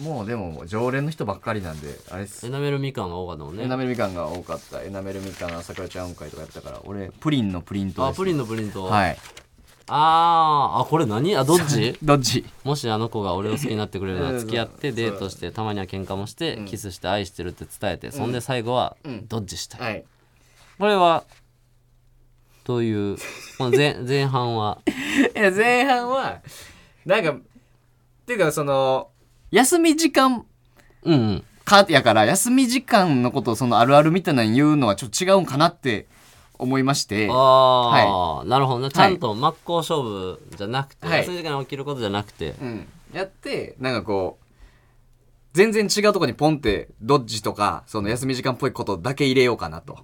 S3: もうでも常連の人ばっかりなんであれっ
S2: うエ
S3: す
S2: ナメルみかんが多かったもん
S3: エナメ
S2: ね
S3: ルみかんが多かったエナメルみかん朝倉ちゃん会とかやったから俺プリンのプリント
S2: あ
S3: です
S2: プリンのプリント、あ
S3: はい
S2: あーあこれ何あどっち
S3: どっち
S2: もしあの子が俺を好きになってくれるなら付き合って
S3: そう
S2: デートしてたまには喧嘩もしてキスして愛してるって伝えてそんで最後はドッジした い、
S3: はい
S2: これはというこの 前前半はい
S3: や前半はなんかっていうかその休み時間
S2: うんうん
S3: かやから休み時間のことをそのあるあるみたいなの言うのはちょっと違うんかなって思いまして
S2: ああ、なるほどねちゃんと真っ向勝負じゃなくて、
S3: はい
S2: 休み時間に起きることじゃなくて、
S3: うん、やってなんかこう全然違うとこにポンってドッジとかその休み時間っぽいことだけ入れようかなと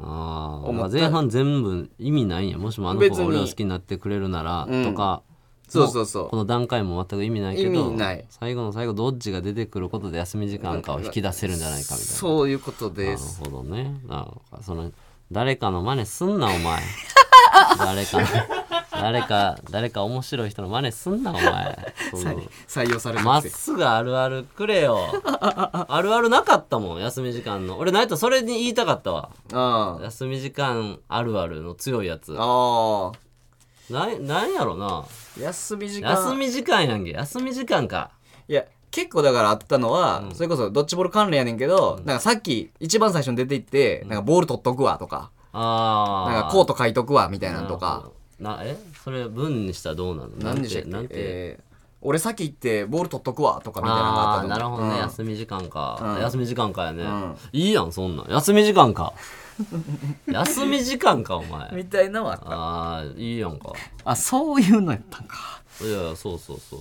S2: ああ、
S3: 思
S2: まあ
S3: った
S2: 前半全部意味ないんやもしもあの子が俺を好きになってくれるなら
S3: 別に
S2: とか、
S3: そうそう
S2: こ
S3: そ
S2: の段階も全く意味ないけど
S3: 意味ない
S2: 最後の最後どっちが出てくることで休み時間かを引き出せるんじゃないうかみたいな
S3: そういうことです
S2: なるほど ねなんかその誰かの真似すんなお前誰かの誰か誰か面白い人の真似すんなお前 その
S3: 採用され
S2: ま
S3: な
S2: っ
S3: くて
S2: すぐあるあるくれよあるあるなかったもん休み時間の俺ないとそれに言いたかったわ
S3: ああ
S2: 休み時間あるあるの強いやつ
S3: ああ
S2: ななんやろな
S3: 休み時間
S2: 休み時間やんけ休み時間か
S3: いや結構だからあったのは、それこそドッジボール関連やねんけど、なんかさっき一番最初に出て行って、なんかボール取っとくわとか
S2: ああ
S3: なんかコート書いとくわみたいなのと
S2: なる
S3: か
S2: ほどなえそれ文にしたらどうなの
S3: 何でしたっけ
S2: なんてなんて
S3: えー俺さっき行ってボール取っとくわとかみたいなのがあ
S2: あ
S3: った
S2: あ
S3: と
S2: なるほど
S3: う
S2: ね、
S3: ん
S2: 休み時間か、
S3: うん
S2: 休み時間かやね、
S3: ん
S2: いいやんそんなん休み時間か 休み時間かお前
S3: みたいなのはあった
S2: ああいいやんか
S3: あそういうのやったんか
S2: いやいやそうそうそう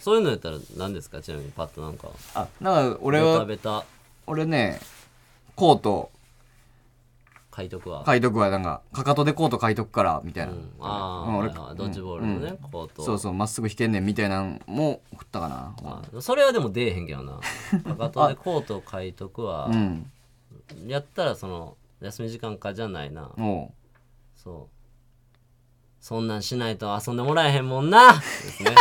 S2: そういうのやったら何ですかちなみにパッとなんか
S3: あなんか
S2: ベ
S3: 俺
S2: タ
S3: は
S2: ベタ
S3: 俺ねコート
S2: 書いとくわ、
S3: 書いとくわなんかかかとでコート書いとくからみたいな、
S2: うん、ああ、
S3: うん
S2: はい
S3: 俺
S2: はいドッジボールのね、コート
S3: そうそうまっすぐ引けんねんみたいなのも食ったかな
S2: あそれはでも出えへんけどなかかとでコート書いとくわ、
S3: うん
S2: やったらその休み時間かじゃないな、
S3: おう
S2: そうそんなんしないと遊んでもらえへんもんなですね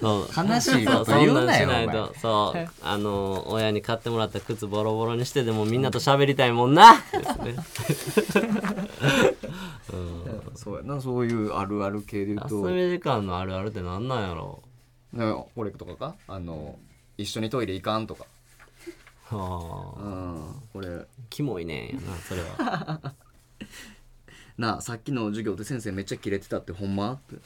S2: そう
S3: 悲しい
S2: そ
S3: こと
S2: うそ
S3: 言
S2: ん
S3: う
S2: なん
S3: な
S2: し
S3: よ
S2: ない
S3: お前
S2: と そうあの親に買ってもらった靴ボロボロにしてでもみんなと喋りたいもんなですね
S3: そうやなそういうあるある系で言う
S2: 休
S3: と
S2: み時間のあるあるってなんなんやろ
S3: なんか俺とかかあの一緒にトイレ行かんとか
S2: はあ
S3: うん俺
S2: キモいねんやなそれは
S3: なあさっきの授業で先生めっちゃキレてたってほんまって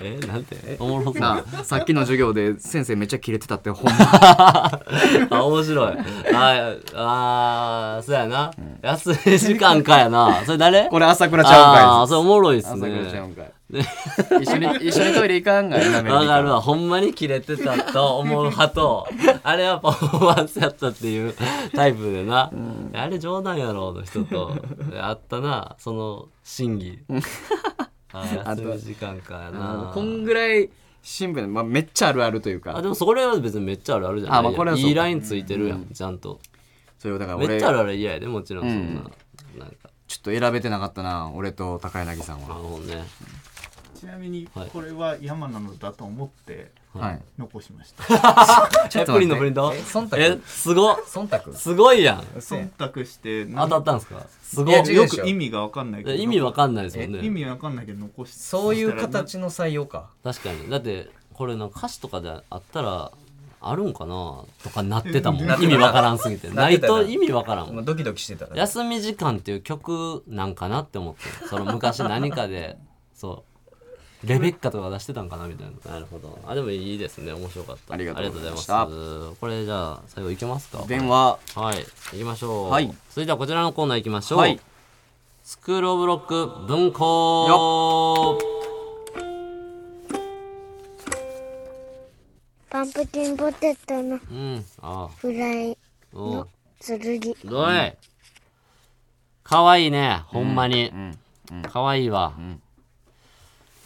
S2: えなんておもろそう
S3: なあさっきの授業で先生めっちゃキレてたってほん ま
S2: あ、面白い。ああー、そうやな。休み時間かやな。それ誰
S3: これ朝倉ち
S2: あ
S3: ゃ
S2: あー、
S3: うんか
S2: それおもろいっ
S3: い
S2: す
S3: 朝倉ちゃ
S2: ね。
S3: うんかい 一緒に一緒にトイレ行かんがいなめ
S2: わかる
S3: わ
S2: わ。ほんまにキレてたと思う派と、あれはパフォーマンスやったっていうタイプでな。あれ冗談やろの 人と、あったな、その審議。あー休み時間かやな。
S3: こんぐらい新聞、まあ、めっちゃあるあるという
S2: あ
S3: か
S2: でもそれは別にめっちゃあるあるじゃん。
S3: あまあこれはそうか
S2: いいラインついてるやん、ちゃんと。
S3: それをだから
S2: め
S3: 俺
S2: っ
S3: ち
S2: ちゃある
S3: ょ
S2: ある嫌やで、もちろんそんな。なんか
S3: っと選べてなかったな俺と高柳さん
S2: なる
S3: は
S2: ほどね。
S4: ちなみに
S2: はい
S4: これは山なのだと思って
S3: はい
S4: 残しました。
S2: えプリンのプリント
S3: え忖度
S2: えすご
S3: 忖度
S2: すごいやん
S4: 忖度してな
S2: 当
S4: ん
S2: たったんすかすご
S3: いや違う
S4: よ
S3: でしょ
S4: く意味がわかんないけど
S2: え意味わかんないですもん
S4: 意
S2: ね
S4: 味わかんないけど残し
S3: そういう
S4: したらな
S3: 形の採用か
S2: 確かにだってこれの歌詞とかであったらあるんかなとかなってたもん意味わからんすぎて
S3: なっ
S2: な
S3: て
S2: い
S3: たな
S2: と意味わからんもん
S3: ドキドキしてたね
S2: 休み時間っていう曲なんかなって思ってその昔何かで そうレベッカとか出してたんかなみたいななるほどあでもいいですね面白かった
S3: ありがとうございました
S2: ありがとうございますこれじゃあ最後いけますか
S3: 電話
S2: はい、行きましょう。
S3: はい
S2: 続いてはこちらのコーナー行きましょう。
S3: はい
S2: スクールオブロック文庫。
S5: パンプキンポテトの
S2: うん、ああ、
S5: フライ
S2: おう
S5: の剣。
S2: どい。かわいいね、ほんまに。
S3: ん
S2: かわいいわ。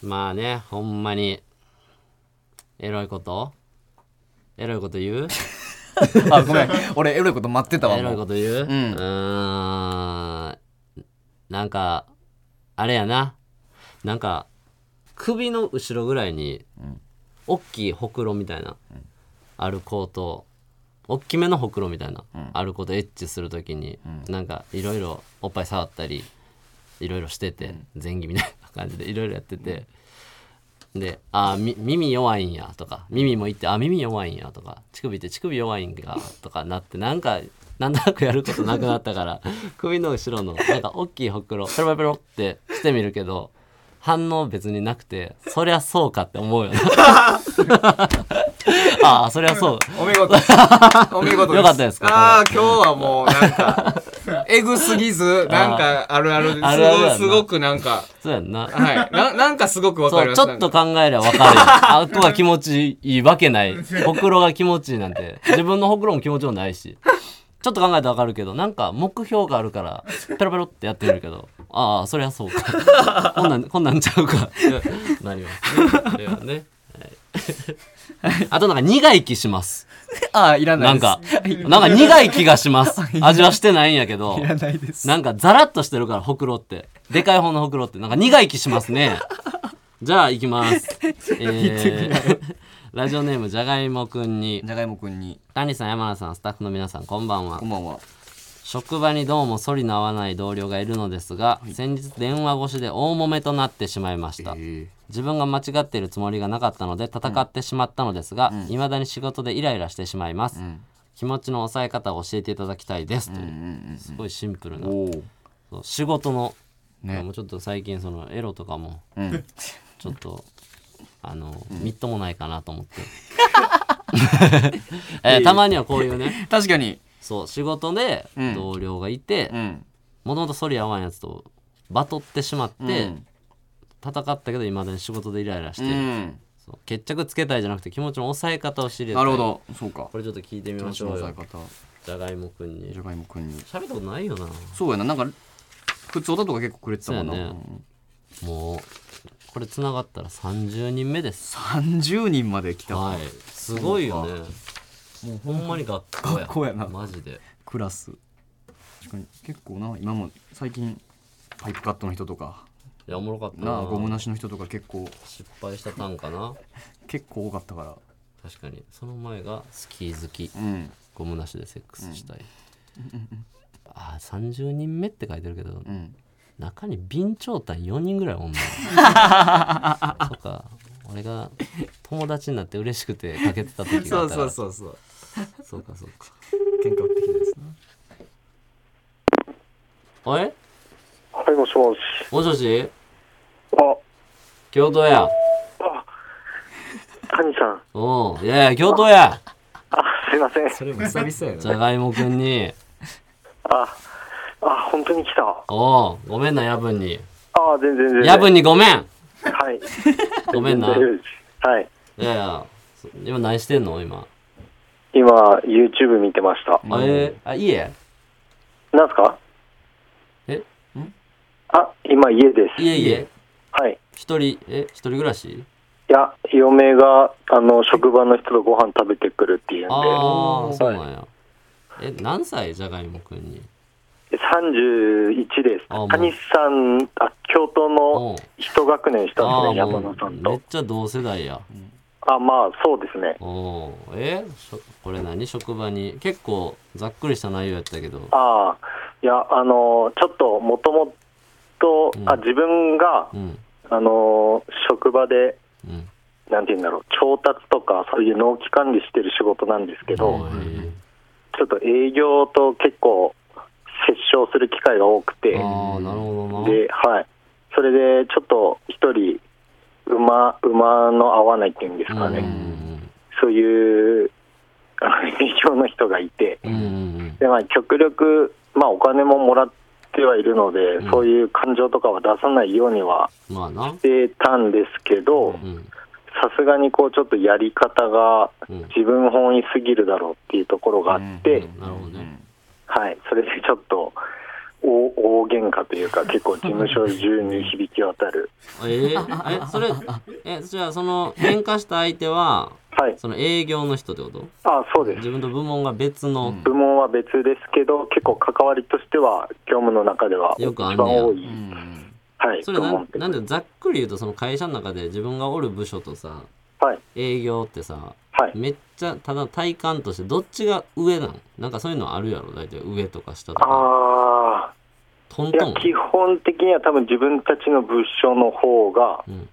S2: まあね、ほんまに。エロいことエロいこと言う
S3: あごめん俺エロいこと待ってたわ
S2: エロい
S3: も
S2: こ
S3: う
S2: と言うう
S3: うん
S2: ーん。なんか、あれやな。なんか、首の後ろぐらいに、大きいほくろみたいな、ある子と、大きめのほくろみたいな、ある子とエッチするときに、なんか、いろいろおっぱい触ったり、いろいろしてて、前儀みたいな感じでいろいろやってて、で、あみ耳弱いんやとか、耳もいって、あ、耳弱いんやとか、乳首って乳首弱いんかとかなって、なんか、なんとなくやることなくなったから、 首の後ろの、なんか大きいほくろ、ペロペロペロってしてみるけど、反応別になくて、そりゃそうかって思うよね。 ああ、そりゃそう。
S3: お見 事お見事です
S2: よかったですか
S3: ああー今日はもうなんか えぐすぎずなんかあるあるです
S2: あるあるやんな
S3: すごくなんか
S2: そうやんな。
S3: はいななんかすごくわかり
S2: そう、
S3: ま
S2: ち
S3: す
S2: ょっと考えりゃわかるよ。 あとは気持ちいいわけない。ほくろが気持ちいいなんて。自分のほくろも気持ちもないし。ちょっと考えたらわかるけど、なんか目標があるから、ペロペロってやってみるけど、ああ、そりゃそ うか。こんなん、こんなんちゃうか。 ってなりますね。それはね。はいあとなんか苦い気します。
S3: ああ、いらな
S2: ないん
S3: です。
S2: か、なんか苦い気がし ます。味はしてないんやけど
S3: い。らないです。
S2: なんかザラッとしてるから、ほくろって。でかい方のほくろって。なんか苦い気します ね。じゃあ、行きます。えー、ラジオネーム、 じゃがいもくんに。
S3: じゃがいもくんに、
S2: 谷さん、山田さん、スタッフの皆さん、こんばんは
S3: こん。ばんは。
S2: 職場にどうも反りの合わない同僚がいるのですが、先日電話越しで大揉めとなってしまいました、自分が間違っているつもりがなかったので戦ってしまったのですが、未だに仕事でイライラしてしまいます、気持ちの抑え方を教えていただきたいですという、すごいシンプルな
S3: おお。
S2: そう仕事の、
S3: ね
S2: もうちょっと最近そのエロとかも
S3: うん。
S2: ちょっと、あの、みっともないかなと 思って、 えーたまにはこういうね
S3: 確かに。
S2: そう仕事で
S3: うん
S2: 同僚がいて、
S3: うん。
S2: もともとソリ合わんやつとバトってしまって、
S3: うん
S2: 戦ったけどいまだに仕事でイライラして、
S3: うん。
S2: そう決着つけたいじゃなくて気持ちの抑え方を知りた
S3: な
S2: い
S3: るほど。そうか
S2: こ。れちょっと聞いてみましょう
S3: 押さえ
S2: よ
S3: 方。
S2: じゃがいもくんに
S3: じゃがいもくんに。
S2: 喋ったことないよな
S3: そうやな。なんか、普通だとか結構くれてたもんな。
S2: そうやねもうこれつながったら30人目です
S3: 30人まで来た。
S2: はいすごいよねもうほんまに学校や
S3: 学校やな
S2: マジで
S3: クラス。確かに、結構な、今も最近、パイプカットの人とか、
S2: いやおもろかった
S3: な
S2: な
S3: あ、ゴムなしの人とか結構、
S2: 失敗したたんかな
S3: 結構多かったから。
S2: 確かにその前がスキー好き
S3: うん。
S2: ゴムなしでセックスしたい、あー30人目って書いてるけど、
S3: うん。
S2: 中に備長炭4人ぐらい おんのとか俺が友達になって嬉しくてかけてた時があったからそう
S3: うそう。
S2: かそうか
S3: 喧嘩売ってきたですな。
S2: あれ
S6: はい、もしもし。
S2: もしもし
S6: あ、
S2: 京都や
S6: 谷さん。
S2: おうんいやいや京都や
S6: あ、すいません。
S3: それも久々や
S2: じゃがいもくんに
S6: あ、あ、本当に来た。あ
S2: おうごめんな夜分に
S6: 全然全然。
S2: 夜分にごめん
S6: はい。
S2: ごめんな
S6: 大丈夫
S2: い
S6: です はい。
S2: やいやそ今何してんの今、
S6: 今、YouTube 見てました。
S2: あえー、あ家
S6: なんすか
S2: え
S6: あ、今家です。
S2: 家家
S6: はい。
S2: 一人え一人暮らし
S6: いや、嫁が、あの、職場の人とご飯食べてくるっていうんで、
S2: ああそうなんやえ何歳じゃがいもくんに
S6: 31です。
S2: あもう
S6: 谷さん、あ、京都
S2: うん
S6: の一学年下
S2: あ
S6: です
S2: あ
S6: ね、
S2: も
S6: 山
S2: う
S6: 野さん
S2: めっ
S6: と。
S2: ちゃ同世代や。
S6: あ、まあ、そうですね。
S2: おーえしょこれ何職場に結構ざっくりした内容やったけど。
S6: ああ、いや、あのーちょっともともと、
S2: うん
S6: あ、自分が
S2: う、ん
S6: あのー職場で、
S2: うん。
S6: なんて言うんだろう、調達とか、そういう納期管理してる仕事なんですけど、
S2: おー
S6: ちょっと営業と結構、接触する機会が多くて、
S2: えー
S6: で、
S2: ああなるほどな。
S6: はい。それで、ちょっと一人、馬、馬の合わないっていうんですかね、
S2: うん
S6: そういう、あの営業の人がいて、
S2: うんうんうん
S6: でまあ、極力、まあ、お金ももらってはいるので、
S2: ん
S6: そういう感情とかは出さないようには
S2: うん。まあな。
S6: してたんですけど
S2: うん
S6: さすがにこうちょっとやり方が
S2: うん
S6: 自分本位すぎるだろうっていうところがあって、
S2: なるほどね。
S6: はい、それでちょっと大大喧嘩というか結構事務所中に響き渡 る、
S2: えー、えそれえじゃあその喧嘩した相手は
S6: はい、
S2: その営業の人ってこと？
S6: あそうです
S2: 自分と部門が別の。
S6: 部門は別ですけど結構関わりとしては業務の中では一
S2: よくあ
S6: 番
S2: んねや
S6: 多い、
S3: うん。
S6: はい、
S2: そ
S6: 部
S2: れな
S6: 門
S2: ん
S6: です
S2: なんでざっくり言うとその会社の中で自分がおる部署とさ
S6: はい
S2: 営業ってさ
S6: はい
S2: めっちゃただ体感としてどっちが上なんなんかそういうのあるやろ大体上とか下とか
S6: ああ
S2: トン
S6: いや
S2: トン
S6: 基本的には多分自分たちの部署の方が
S2: うん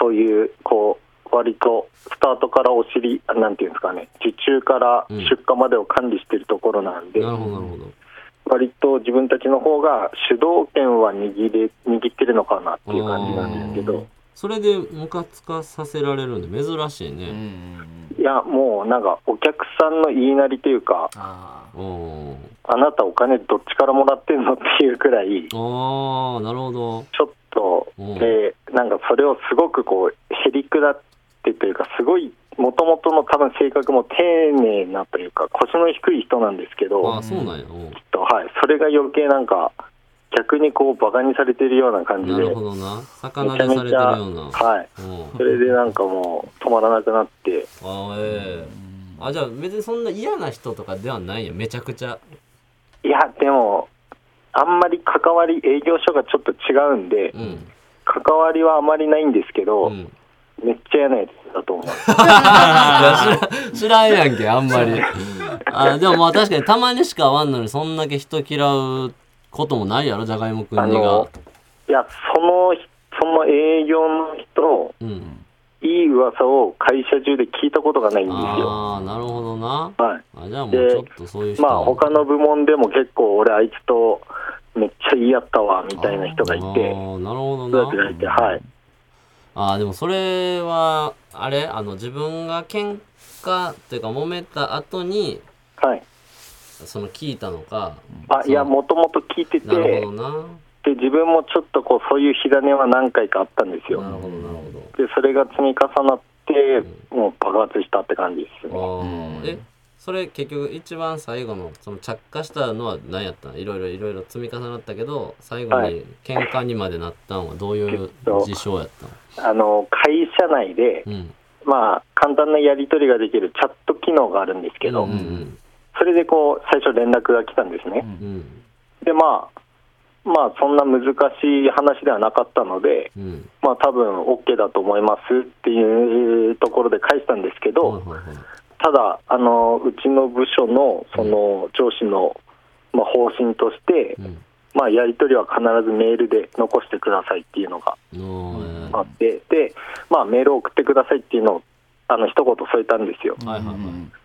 S6: そういうこう割とスタートからお尻あなんていうんですかね受注から
S2: うん
S6: 出荷までを管理してるところなんで、
S2: なるほどなるほど
S6: 割と自分たちの方が主導権は握れ握ってるのかなっていう感じなんですけ
S2: うん
S6: ど
S2: それでムカつかさせられるんで珍しい
S3: うんうんう
S2: ね
S3: ん。
S6: いやもうなんかお客さんの言いなりというか
S3: ああ。
S2: おー
S6: あなたお金どっちからもらってんのっていうくらい
S2: あーなるほど
S6: ちょっと、
S2: うん
S6: でなんかそれをすごくこうへりくだってというかすごいもともとの多分性格も丁寧なというか腰の低い人なんですけ
S2: あ
S6: ど
S2: ーそうなんやおー
S6: きっとはい、それが余計なんか逆にこうバカにされてるような感じ
S2: な
S6: で
S2: るほどな魚でされてるような
S6: はい
S2: おー
S6: それでなんかもう止まらなくなって
S2: あーええあじゃあ別にそんな嫌な人とかではないやめちゃくちゃ
S6: いや、でも、あんまり関わり、営業所がちょっと違うんで、
S2: うん
S6: 関わりはあまりないんですけど、
S2: うん
S6: めっちゃ嫌なやつだと思う。
S2: 知らんやんけあんまりあでもまあ確かにたまにしか会わんのにそんだけ人嫌うこともないやろじゃがいもくん
S6: あ
S2: にが
S6: の、いや、その、その営業の人、
S2: うん
S6: いい噂を会社中で聞いたことがないんですよ。
S2: ああなるほどな
S6: はい。
S2: あじゃあもうちょっとそういう人
S6: ま
S2: は
S6: あ、他の部門でも結構、俺、あいつとめっちゃ言い合ったわ、みたいな人がい
S2: あ
S6: て、
S2: ーなるほ
S6: そうや
S2: ど
S6: って言われて、
S2: な
S6: はい。
S2: あーでもそれはあれあの自分が喧嘩っていうか揉めた後に
S6: はい。
S2: その聞いたのか
S6: あ、いや、もともと聞いてて、
S2: なる
S6: で
S2: ほど、な
S6: 自分もちょっとこう、そういう火種は何回かあったんですよ。
S2: なるほどなるほど
S6: でそれが積み重なってもう爆発したって感じですね
S2: あーえそれ結局一番最後のその着火したのは何やったんいろいろいろいろ積み重なったけど最後
S6: は
S2: に
S6: い
S2: 喧嘩にまでなったんはどういう事象やったん、
S6: あの会社内で、
S2: うん
S6: まあ簡単なやり取りができるチャット機能があるんですけど、
S2: うんうん
S6: それでこう最初連絡が来たんですね、
S2: うん
S6: でまあまあそんな難しい話ではなかったので
S2: うん
S6: まあ多分 OK だと思いますっていうところで返したんですけど、
S2: はいはいはい
S6: ただあのうちの部署のその上司の、まあ、方針として、
S2: うん
S6: まあ、やり取りは必ずメールで残してくださいっていうのが
S2: のえー
S6: あって、で、まあ、メールを送ってくださいっていうのをあの一言添えたんですよ、
S2: はいはいはい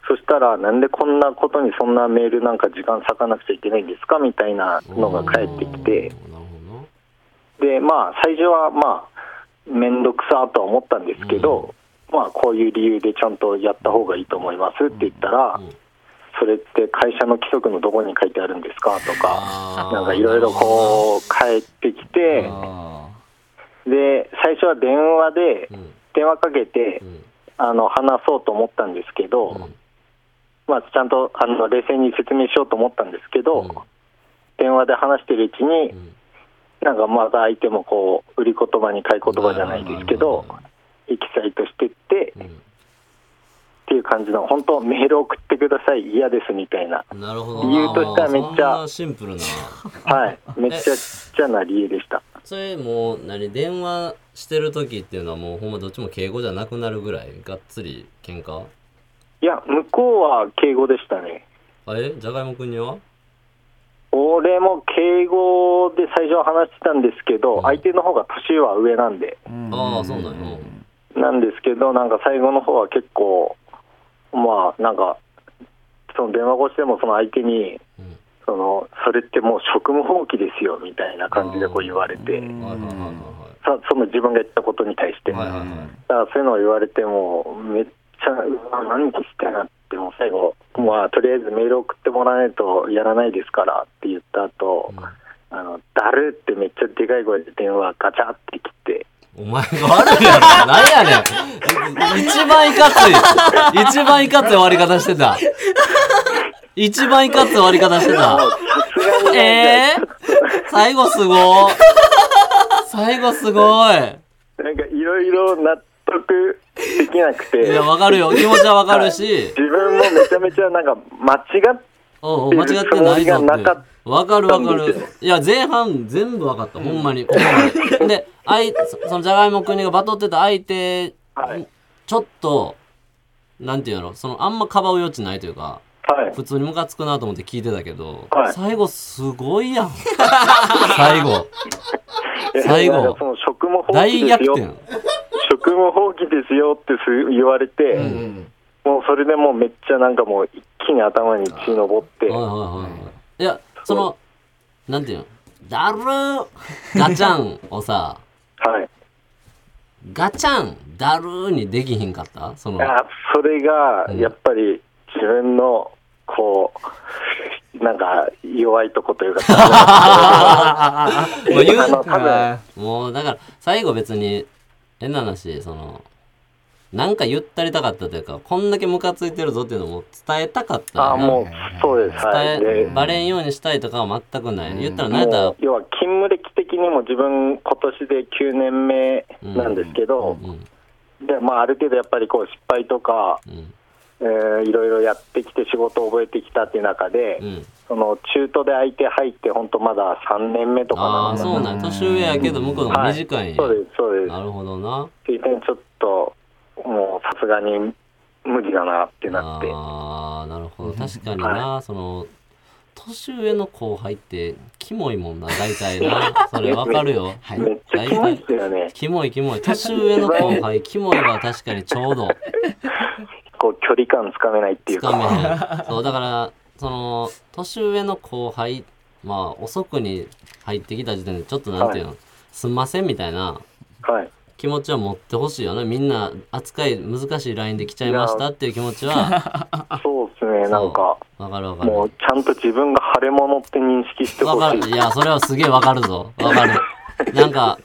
S6: そしたら、なんでこんなことにそんなメールなんか時間割かなくちゃいけないんですかみたいなのが返ってきて、
S2: おーなるほ
S6: で、まあ、最初はまあ、めんどくさとは思ったんですけど、まあ、こういう理由でちゃんとやった方がいいと思いますって言ったら、
S2: うんうん
S6: それって会社の規則のどこに書いてあるんですかと
S2: あ
S6: か、
S2: ー
S6: なんかいろいろこう返ってきて、で、最初は電話で
S2: ど、なうん
S6: 電話かけて
S2: う、ん
S6: あの、話そうと思ったんですけど、
S2: うん
S6: まあ、ちゃんと、あの、冷静に説明しようと思ったんですけど、
S2: うん
S6: 電話で話してるうちに、
S2: うん
S6: なんかまた相手もこう、売り言葉に買い言葉じゃないですけど、エキサイトしてって、
S2: う
S6: っ
S2: ん
S6: ていう感じの、本当メール送ってください、嫌ですみたいな。
S2: なるほどな
S6: 理由としてはめっちゃ
S2: そんなシンプルな
S6: はい。めっちゃちっちゃな理由でした。
S2: それもう何電話してる時っていうのはもうほんまどっちも敬語じゃなくなるぐらいがっつり喧嘩
S6: いや、向こうは敬語でしたね。
S2: あれじゃがいもくんには
S6: 俺も敬語で最初は話してたんですけど、
S2: うん
S6: 相手の方が年は上なんで、
S2: ああそうなんや
S6: なんですけど、なんか最後の方は結構、まあ、なんか、その電話越しでもその相手に、
S2: うん
S6: そのそれってもう職務放棄ですよみたいな感じでこう言われて、
S2: はいはいはいはい
S6: さその自分が言ったことに対して、
S2: はいはいはいはい
S6: だからそういうのを言われても、めっちゃ、うわ何聞きたいなって、もう最後、まあ、とりあえずメール送ってもらわないとやらないですからって言った後、あのだるってめっちゃでかい声で電話ガチャって切 って、
S2: お前が悪いやろ何やねんい一番いかつい一番いかつい終わり方してた一番いかつい終わり方してたえー、最後すごい最後すごい
S6: なんかいろいろ納得できなく
S2: い
S6: て
S2: や、。わかるよ。気持ちはわかるし、
S6: 自分もめちゃめちゃなんか間違っ
S2: おうおう間違ってないぞ
S6: つもりがなか
S2: っ。
S6: って
S2: わかるわか
S6: たんで
S2: る
S6: すよ。
S2: いや、前半全部わかった。ほんまに。ここまで。で、あい、そ そのじゃがいもくんがバトってた相手、
S6: はい
S2: ちょっと、なんていうのその、あんまかばう余地ないというか、
S6: はい
S2: 普通にムカつくなと思って聞いてたけど、
S6: はい
S2: 最後すご いやん。最後。最
S6: なん
S2: 後
S6: かそ。の職務放
S2: 大
S6: 棄です
S2: 逆
S6: よ
S2: 転。
S6: 職務放棄ですよってす言われて、もうそれでもうめっちゃなんかもう一気に頭に血のぼって
S2: はいはいはいはい。いや、その、なんていうのだるーガチャンをさ、
S6: はい
S2: ガチャン、だるーにできひんかったその、
S6: あそれがやっぱり自分のこうなんか弱いとこ というか
S2: もう言
S6: あの
S2: う
S6: 多分
S2: もうだから、最後別に、変な話、その、なんか言ったりたかったというか、こんだけムカついてるぞっていうのも伝えたかったよな。
S6: あもうそうですはい
S2: 伝え
S6: で、
S2: バレんようにしたいとかは全くない。言ったら、なん
S6: も
S2: だ
S6: う、要は勤務歴的にも自分今年で9年目なんですけど、
S2: うん、
S6: でまあ、ある程度やっぱりこう失敗とか
S2: うん、
S6: えーいろいろやってきて仕事を覚えてきたっていう中で、
S2: うん
S6: その中途で相手入って本当まだ3年目とか
S2: あ
S6: な
S2: あ
S6: んで
S2: そうなんや年上やけど向こうの方が短いんや
S6: そうですそうです
S2: なるほどな
S6: っていう点ちょっともうさすがに無理だなってなって
S2: ああなるほど確かになその年上の後輩ってキモいもんな大体なそれわかるよ、はい
S6: めっちゃ
S2: 大
S6: キモい
S2: 体
S6: っすよね
S2: キモいキモい年上の後輩キモいは確かにちょうど
S6: こう距離感つかめないってい
S2: つ
S6: う
S2: かめ
S6: か
S2: へ んそうだからその年上の後輩まあ遅くに入ってきた時点でちょっとなんていうの、すんませんみたいな
S6: はい
S2: 気持ちは持ってほしいよねみんな扱い難しいラインで来ちゃいましたっていう気持ち は
S6: そうですねなんか
S2: わかるわかる
S6: もうちゃんと自分が腫れ物って認識して
S2: わ
S6: ほ
S2: か
S6: しい
S2: るいやそれはすげえわかるぞわかるなんか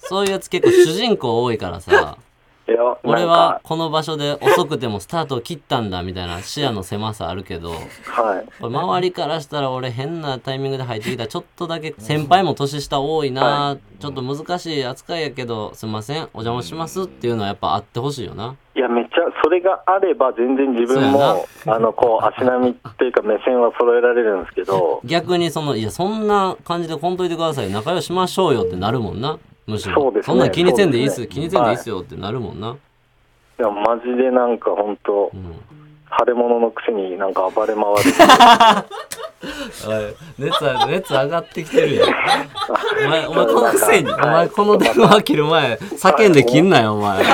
S2: そういうやつ結構主人公多いからさ
S6: いや
S2: 俺
S6: なん
S2: はこの場所で遅くてもスタートを切ったんだみたいな視野の狭さあるけど
S6: かはい
S2: これ周りからしたら俺変なタイミングで入ってきたちょっとだけ先輩も年下多いなちょっと難しい扱いやけどすいませんお邪魔しますっていうのはやっぱあってほしいよない、
S6: や、めっちゃ、それがあれば全然自分も、あの、こう、足並みっていうか目線は揃えられるんですけど
S2: 逆にそのいやそんな感じでこんといてください仲良しましょうよってなるもんなむしろ
S6: そうですね
S2: んなん気にせんでいいっす
S6: そうです
S2: 気
S6: ね
S2: にせんでいいっすよってなるもんな、
S6: いや、マジでなんか本当
S2: うん
S6: 腫れ物のくせになんか 暴れ回る。
S2: 熱あ熱上がってきてるやん。お前、お前この
S6: くせに
S2: お前この電話切る前、叫んで切んなよ、お前。な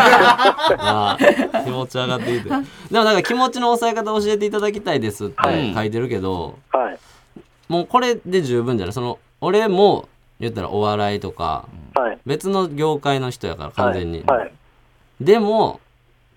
S2: あ気持ち上がってきて。でもなんか気持ちの抑え方教えていただきたいですって書いてるけど、
S6: はい。
S2: もうこれで十分じゃないその、俺も言ったらお笑いとか、
S6: はい。
S2: 別の業界の人やから、完全に。
S6: はい。はい
S2: でも、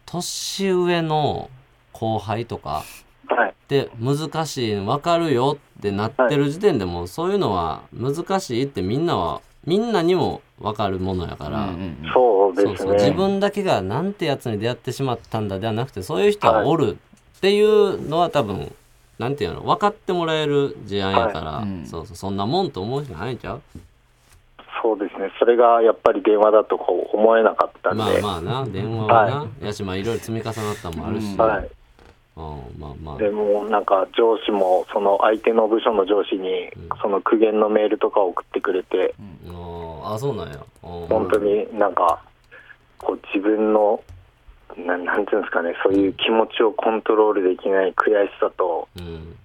S2: 年上の後輩とか、
S6: はい。
S2: で難しい分かるよってなってる時点でもうそういうのは難しいってみんなはみんなにも分かるものやから、
S6: そうで
S2: そう
S6: す
S2: そう自
S6: ね。
S2: 分だけがなんてやつに出会ってしまったんだではなくてそういう人はおるっていうのは多分なんていうの分かってもらえる事案やから、
S3: はいうん
S2: そうそうそんなもんと思うしかないんちゃう
S6: そうですね。それがやっぱり電話だとこう思えなかったんで。
S2: まあまあな電話はな、やしまあいろいろ積み重なったのもあるし、
S6: はい。
S2: うんまあまあ
S6: でもなんか上司もその相手の部署の上司にその苦言のメールとかを送ってくれて、
S2: うんあそうなんやうん
S6: 本当になんかこう自分のななんていうんですかねそういう気持ちをコントロールできない悔しさと
S2: うん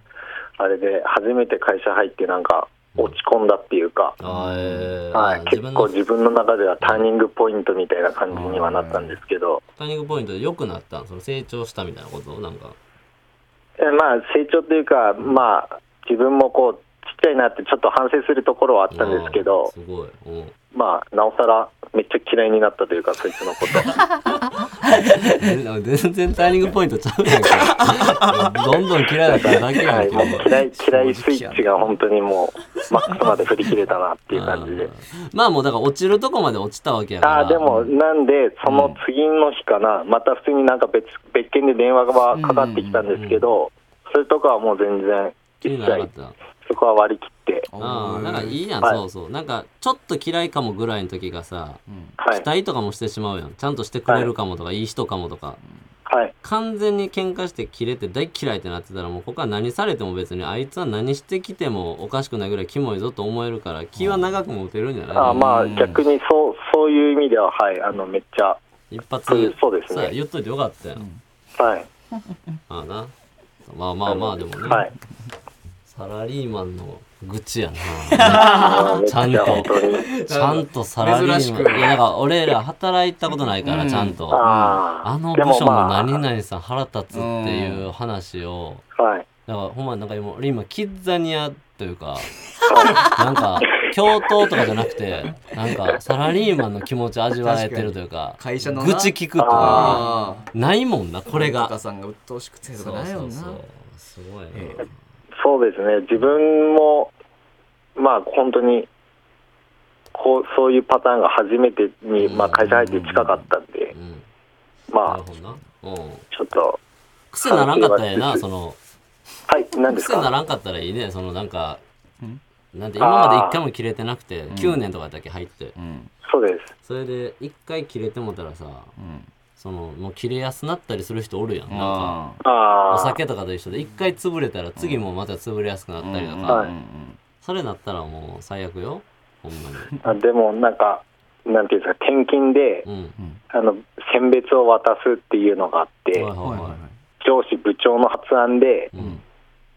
S6: あれで初めて会社入ってなんか落ち込んだっていうか、
S2: あえー
S6: はい
S2: あ、
S6: 結
S2: の
S6: 構自分の中ではターニングポイントみたいな感じにはなったんですけど、
S2: ターニングポイントで良くなったその成長したみたいなことなんか
S6: えまあ成長というかまあ自分もこうちっちゃいなってちょっと反省するところはあったんですけ
S2: あー
S6: ど
S2: すごい、うん、
S6: まあなおさらめっちゃ嫌いになったというかそいつの こと
S2: 全全然ターニングポイントちゃうやんか どんどん嫌いだからだけや
S6: は
S2: ん
S6: い、もう
S2: け
S6: 嫌い嫌いスイッチが本当にもうマックスまで振り切れたなっていう感じで
S2: まあもうだから落ちるとこまで落ちたわけやから
S6: ああーでもなんでその次の日かな、また普通になんか別別件で電話がかかってきたんですけど、それとかはもう全然
S2: 気
S6: 一
S2: にならな
S6: 切
S2: かった
S6: そこは割り切って
S2: ああなんかいいやん、
S6: はい
S2: そうそうなんかちょっと嫌いかもぐらいの時がさ
S6: はい
S2: 期待とかもしてしまうやんちゃんとしてくれるかもとか、い、い人かもとか
S6: はい
S2: 完全に喧嘩して切れて大嫌いってなってたらもうここは何されても別にあいつは何してきてもおかしくないぐらいキモいぞと思えるから気は長く持てるんじゃない、
S6: あーまあ逆にそうそういう意味でははいあのめっちゃ
S2: 一発
S6: そういうそうです
S2: そ
S6: ね
S2: うや言っといてよかったよ、
S6: はい
S2: ああなまあまあまあでもね、
S6: はい
S2: サラリーマンの愚痴やな
S6: あーめっ
S2: ちゃん
S6: ち
S2: と
S6: ゃ本当に
S2: ちゃんとサラリーマ
S3: 珍
S2: ン
S3: しく
S2: いやだから俺ら働いたことないからちゃんと、
S6: ああ
S2: あの
S6: で
S2: 部
S6: も
S2: 署の
S6: まあ
S2: 何々さん腹立つっていう話を、
S6: はい
S2: だからほんまなんか今俺今キッザニアという かなんか教頭とかじゃなくてなんかサラリーマンの気持ち味わえてるというか
S3: 会社のな
S2: 愚痴聞くとか
S3: ああ
S2: ないもんなこれ
S3: お母
S2: が
S3: さんが鬱陶しくてと
S2: そ
S3: か
S2: う
S3: ないよ
S2: そう
S3: な
S2: そうすごいな、
S3: え
S6: そうですね自分もまあ本当にこうそういうパターンが初めてに、まあ、会社入って近かったんで
S2: うんなる
S6: まあ
S2: ほどなうん
S6: ちょっと
S2: 癖ならんかったらええなその
S6: はい何です
S2: 癖な
S6: から
S2: んかったらいいねそのなんか
S3: うん
S2: なんて今まで一回も切れてなくて9年とかだけ入って
S3: うん
S6: そうです
S2: それで一回切れてもたらさ
S3: うん
S2: そのもう切れやすなったりする人おるやんなんか
S6: あ
S2: お
S6: ああ、
S2: 酒とかと一緒で一回潰れたら次もまた潰れやすくなったりと
S6: うんうん
S2: かそれなったらもう最悪よほんまに
S6: あでもなんか、なんていうんですか、転勤で、
S2: うん
S6: あの、選別を渡すっていうのがあって、
S2: はいはいは
S6: 上司部長の発案で、
S2: いうん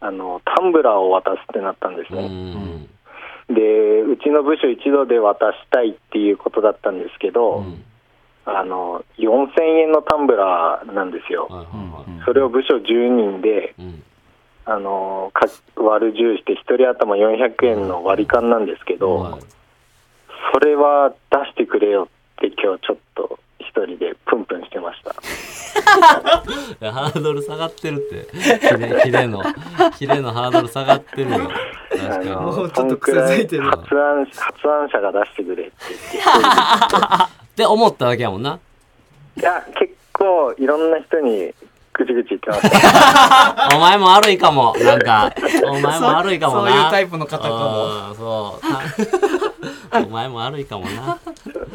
S6: あの、タンブラーを渡すってなったんです
S2: うんう
S6: ね。
S2: ん
S6: で、うちの部署一度で渡したいっていうことだったんですけ
S2: う
S6: ど、
S2: ん
S6: あの、4000円のタンブラーなんですよ。
S2: はいはいはい
S6: それを部署10人で、
S2: うん
S6: あのか割る10して1人頭400円の割り勘なんですけど、
S2: はい
S6: それは出してくれよって今日ちょっと一人でプンプンしてました
S2: いやハードル下がってるってキレキレのキレのハードル下がってるよ確か
S6: あ
S2: に
S6: の
S4: もうち
S6: そ
S4: ょっと
S6: んく
S4: 癖
S6: ら
S4: づ
S6: い
S4: いて
S6: 発
S4: るな
S6: 案発案者が出してくれって言って
S2: って思ったわけやもんない
S6: や結構いろんな人にぐちぐち言ってました
S2: お前も悪いかもなんかお前も悪いかも
S3: そう
S2: な
S3: そういうタイプの方かも
S2: あーそ うたお前も悪いかもな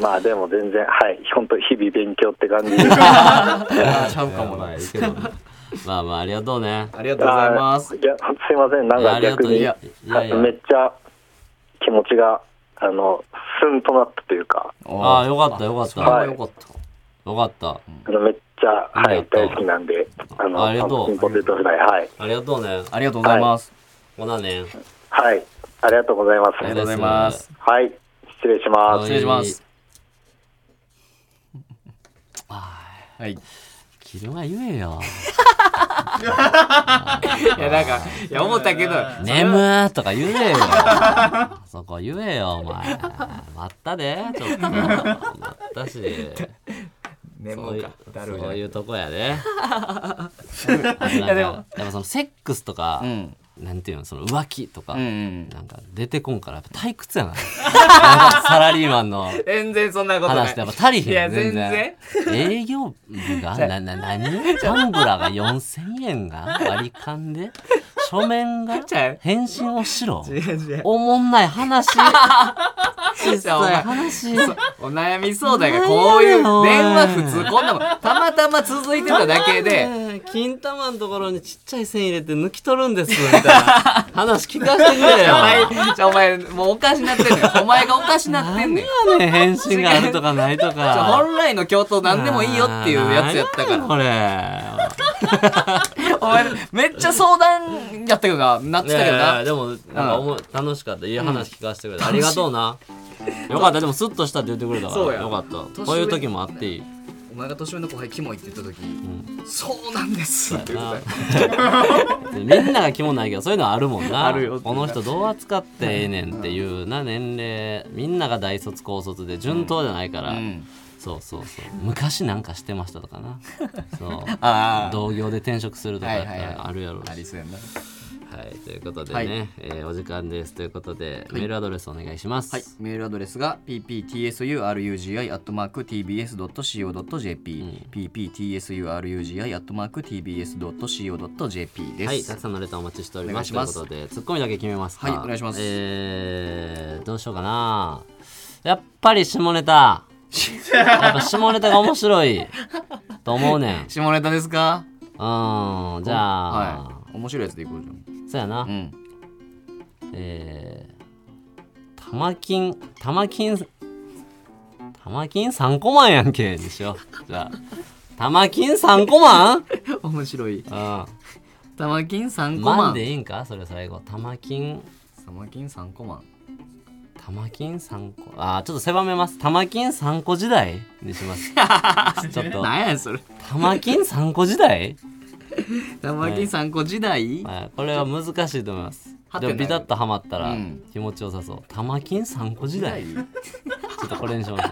S6: まあでも全然はい本当日々勉強って感じです
S3: あーちゃうかも
S2: ま
S3: な
S2: あいいけど まあまあありがとうね
S3: ありがとうございます
S6: あいやすいませんなんか逆に
S2: いやありがとういやいやいや
S6: めっちゃ気持ちがあのスンとなったというか
S2: ああよかったよかっ
S3: それ
S2: た
S6: は
S3: はよかった
S2: よかった
S6: あのめっちゃ、は
S2: あり
S6: い、
S2: がとう
S6: 大好きなんで、あの、
S2: ありがとう
S6: パンプキンポテトフライ、はい。
S2: ありがとうね
S3: ありがとうございます
S2: ほなね
S6: はい。ありがとうございます。
S3: あ
S2: は
S3: りが
S2: い
S3: とうございます
S6: はい。失礼します。
S3: 失礼しますはいい
S2: キレは言 えよ
S3: やなんかいや思ったけど
S2: 眠ーとか言えよそこ言えよお前待ったでちょっと待ったしそう
S3: 眠
S2: い
S3: か
S2: う
S3: だる
S2: そう
S3: い
S2: いうとこや で
S3: やで
S2: で
S3: も
S2: もでもそのセックスとか、
S3: うん
S2: なんていうのその浮気とか、
S3: うんうん
S2: なんか出てこんからやっぱ退屈や ななんかサラリーマンの
S3: 全然そんなことな
S2: 話
S3: い
S2: ってやっぱ足りへん
S3: いや
S2: 全
S3: 全
S2: 然
S3: 然
S2: 営業部がなな何タンブラーが4,000円が割り勘で書面が
S3: ちゃう
S2: 返信をしろ
S4: 違う違う
S2: おもんない 話小
S3: お
S2: さい
S3: 前
S2: 話
S3: お悩み相談がこういう電
S2: なんや
S3: 話普
S2: ねんおい
S3: 通こんなもんたまたま続いてただけで
S2: ねえ金玉のところにちっちゃい線入れて抜き取るんですみたいな話聞かせてくれ
S3: お 前
S2: よ
S3: じゃあお前もうおかしなってんねんお前がおかしなってんねん
S2: 何やねん返信があるとかない と
S3: じゃあ
S2: か
S3: 本来の教頭何でもいいよっていうやつやったから
S2: 何やねんこれ
S3: お前めっちゃ相談やったけどななってたけど
S2: いやいや
S3: な
S2: でもなんかおも楽しかったいい話聞かせてくれて、ありがとうなよかったでもスッとしたって言ってくれたから
S3: そうや
S2: よかったこういう時もあっていい
S3: お前が年上の後輩キモいって言った時そうなんですって言ってたよ
S2: みんなが気もないけどそういうのはあるもんな
S3: あるよ
S2: この人どう扱ってええねんっていうな年齢みんなが大卒高卒で順当じゃないから、
S3: ん
S2: そうそうそう昔なんかしてましたとかな そう
S3: ああ
S2: 同業で転職するとかやった
S3: はいはいはい
S2: らあるやろうし
S3: ありそうやな
S2: はい、ということでね、
S3: はい
S2: えーお時間ですということで、メールアドレスお願いします、
S3: はい、メールアドレスが pptsurugi.tbs.co.jp、pptsurugi.tbs.co.jp です。
S2: はい、たくさんのレターお待ちしております。
S3: お願いします
S2: ということで、ツッコミだけ決めますか。
S3: はいお願いします
S2: えー、どうしようかな。やっぱり下 ネタ。やっぱ下ネタが面白いと思う ねん。うん、じ
S3: 下ネタですか
S2: ゃあ、
S3: はい。面白いやつでいこうじ
S2: そうやな。
S3: ゃん。 うん。
S2: えー、玉金、玉金、玉金3コマンやんけ、にしよう。じゃあ、玉金3コマン
S3: 面白い。
S2: うん。
S3: 玉金3コ
S2: マ
S3: マ
S2: ンでい
S3: ン。
S2: いんかそれ最後。玉金。
S3: 玉金3コマン。
S2: 玉金3個あーちょっと狭めます玉金3個時代にします ちょっと
S3: 何やねんそれ。
S2: 玉金3個時 代、
S3: 玉金3個時代
S2: まあ、これは難しいと思います
S3: はて
S2: で
S3: な
S2: もビタッとはまった
S3: う
S2: ら
S3: ん
S2: 気持ちよさそう、玉金3個時
S3: 時
S2: 代ち
S3: 代
S2: ょっとこれにします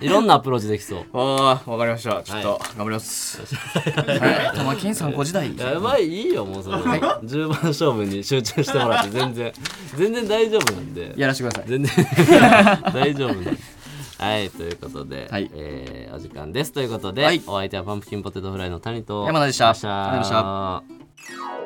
S2: いろんなアプローチできそう
S3: ああ、わかりました。ちょっと頑張ります。はい玉金3個時代。
S2: やばいいいよも うその10番勝負に集中してもらって全然全然大丈夫なんで
S3: やらしてください。
S2: 全然 大丈夫です。はい、ということで、
S3: はい
S2: えーお時間です。ということで、
S3: はい
S2: お相手はパンプキンポテトフライの谷と
S3: 山田でした
S2: ありがとうございました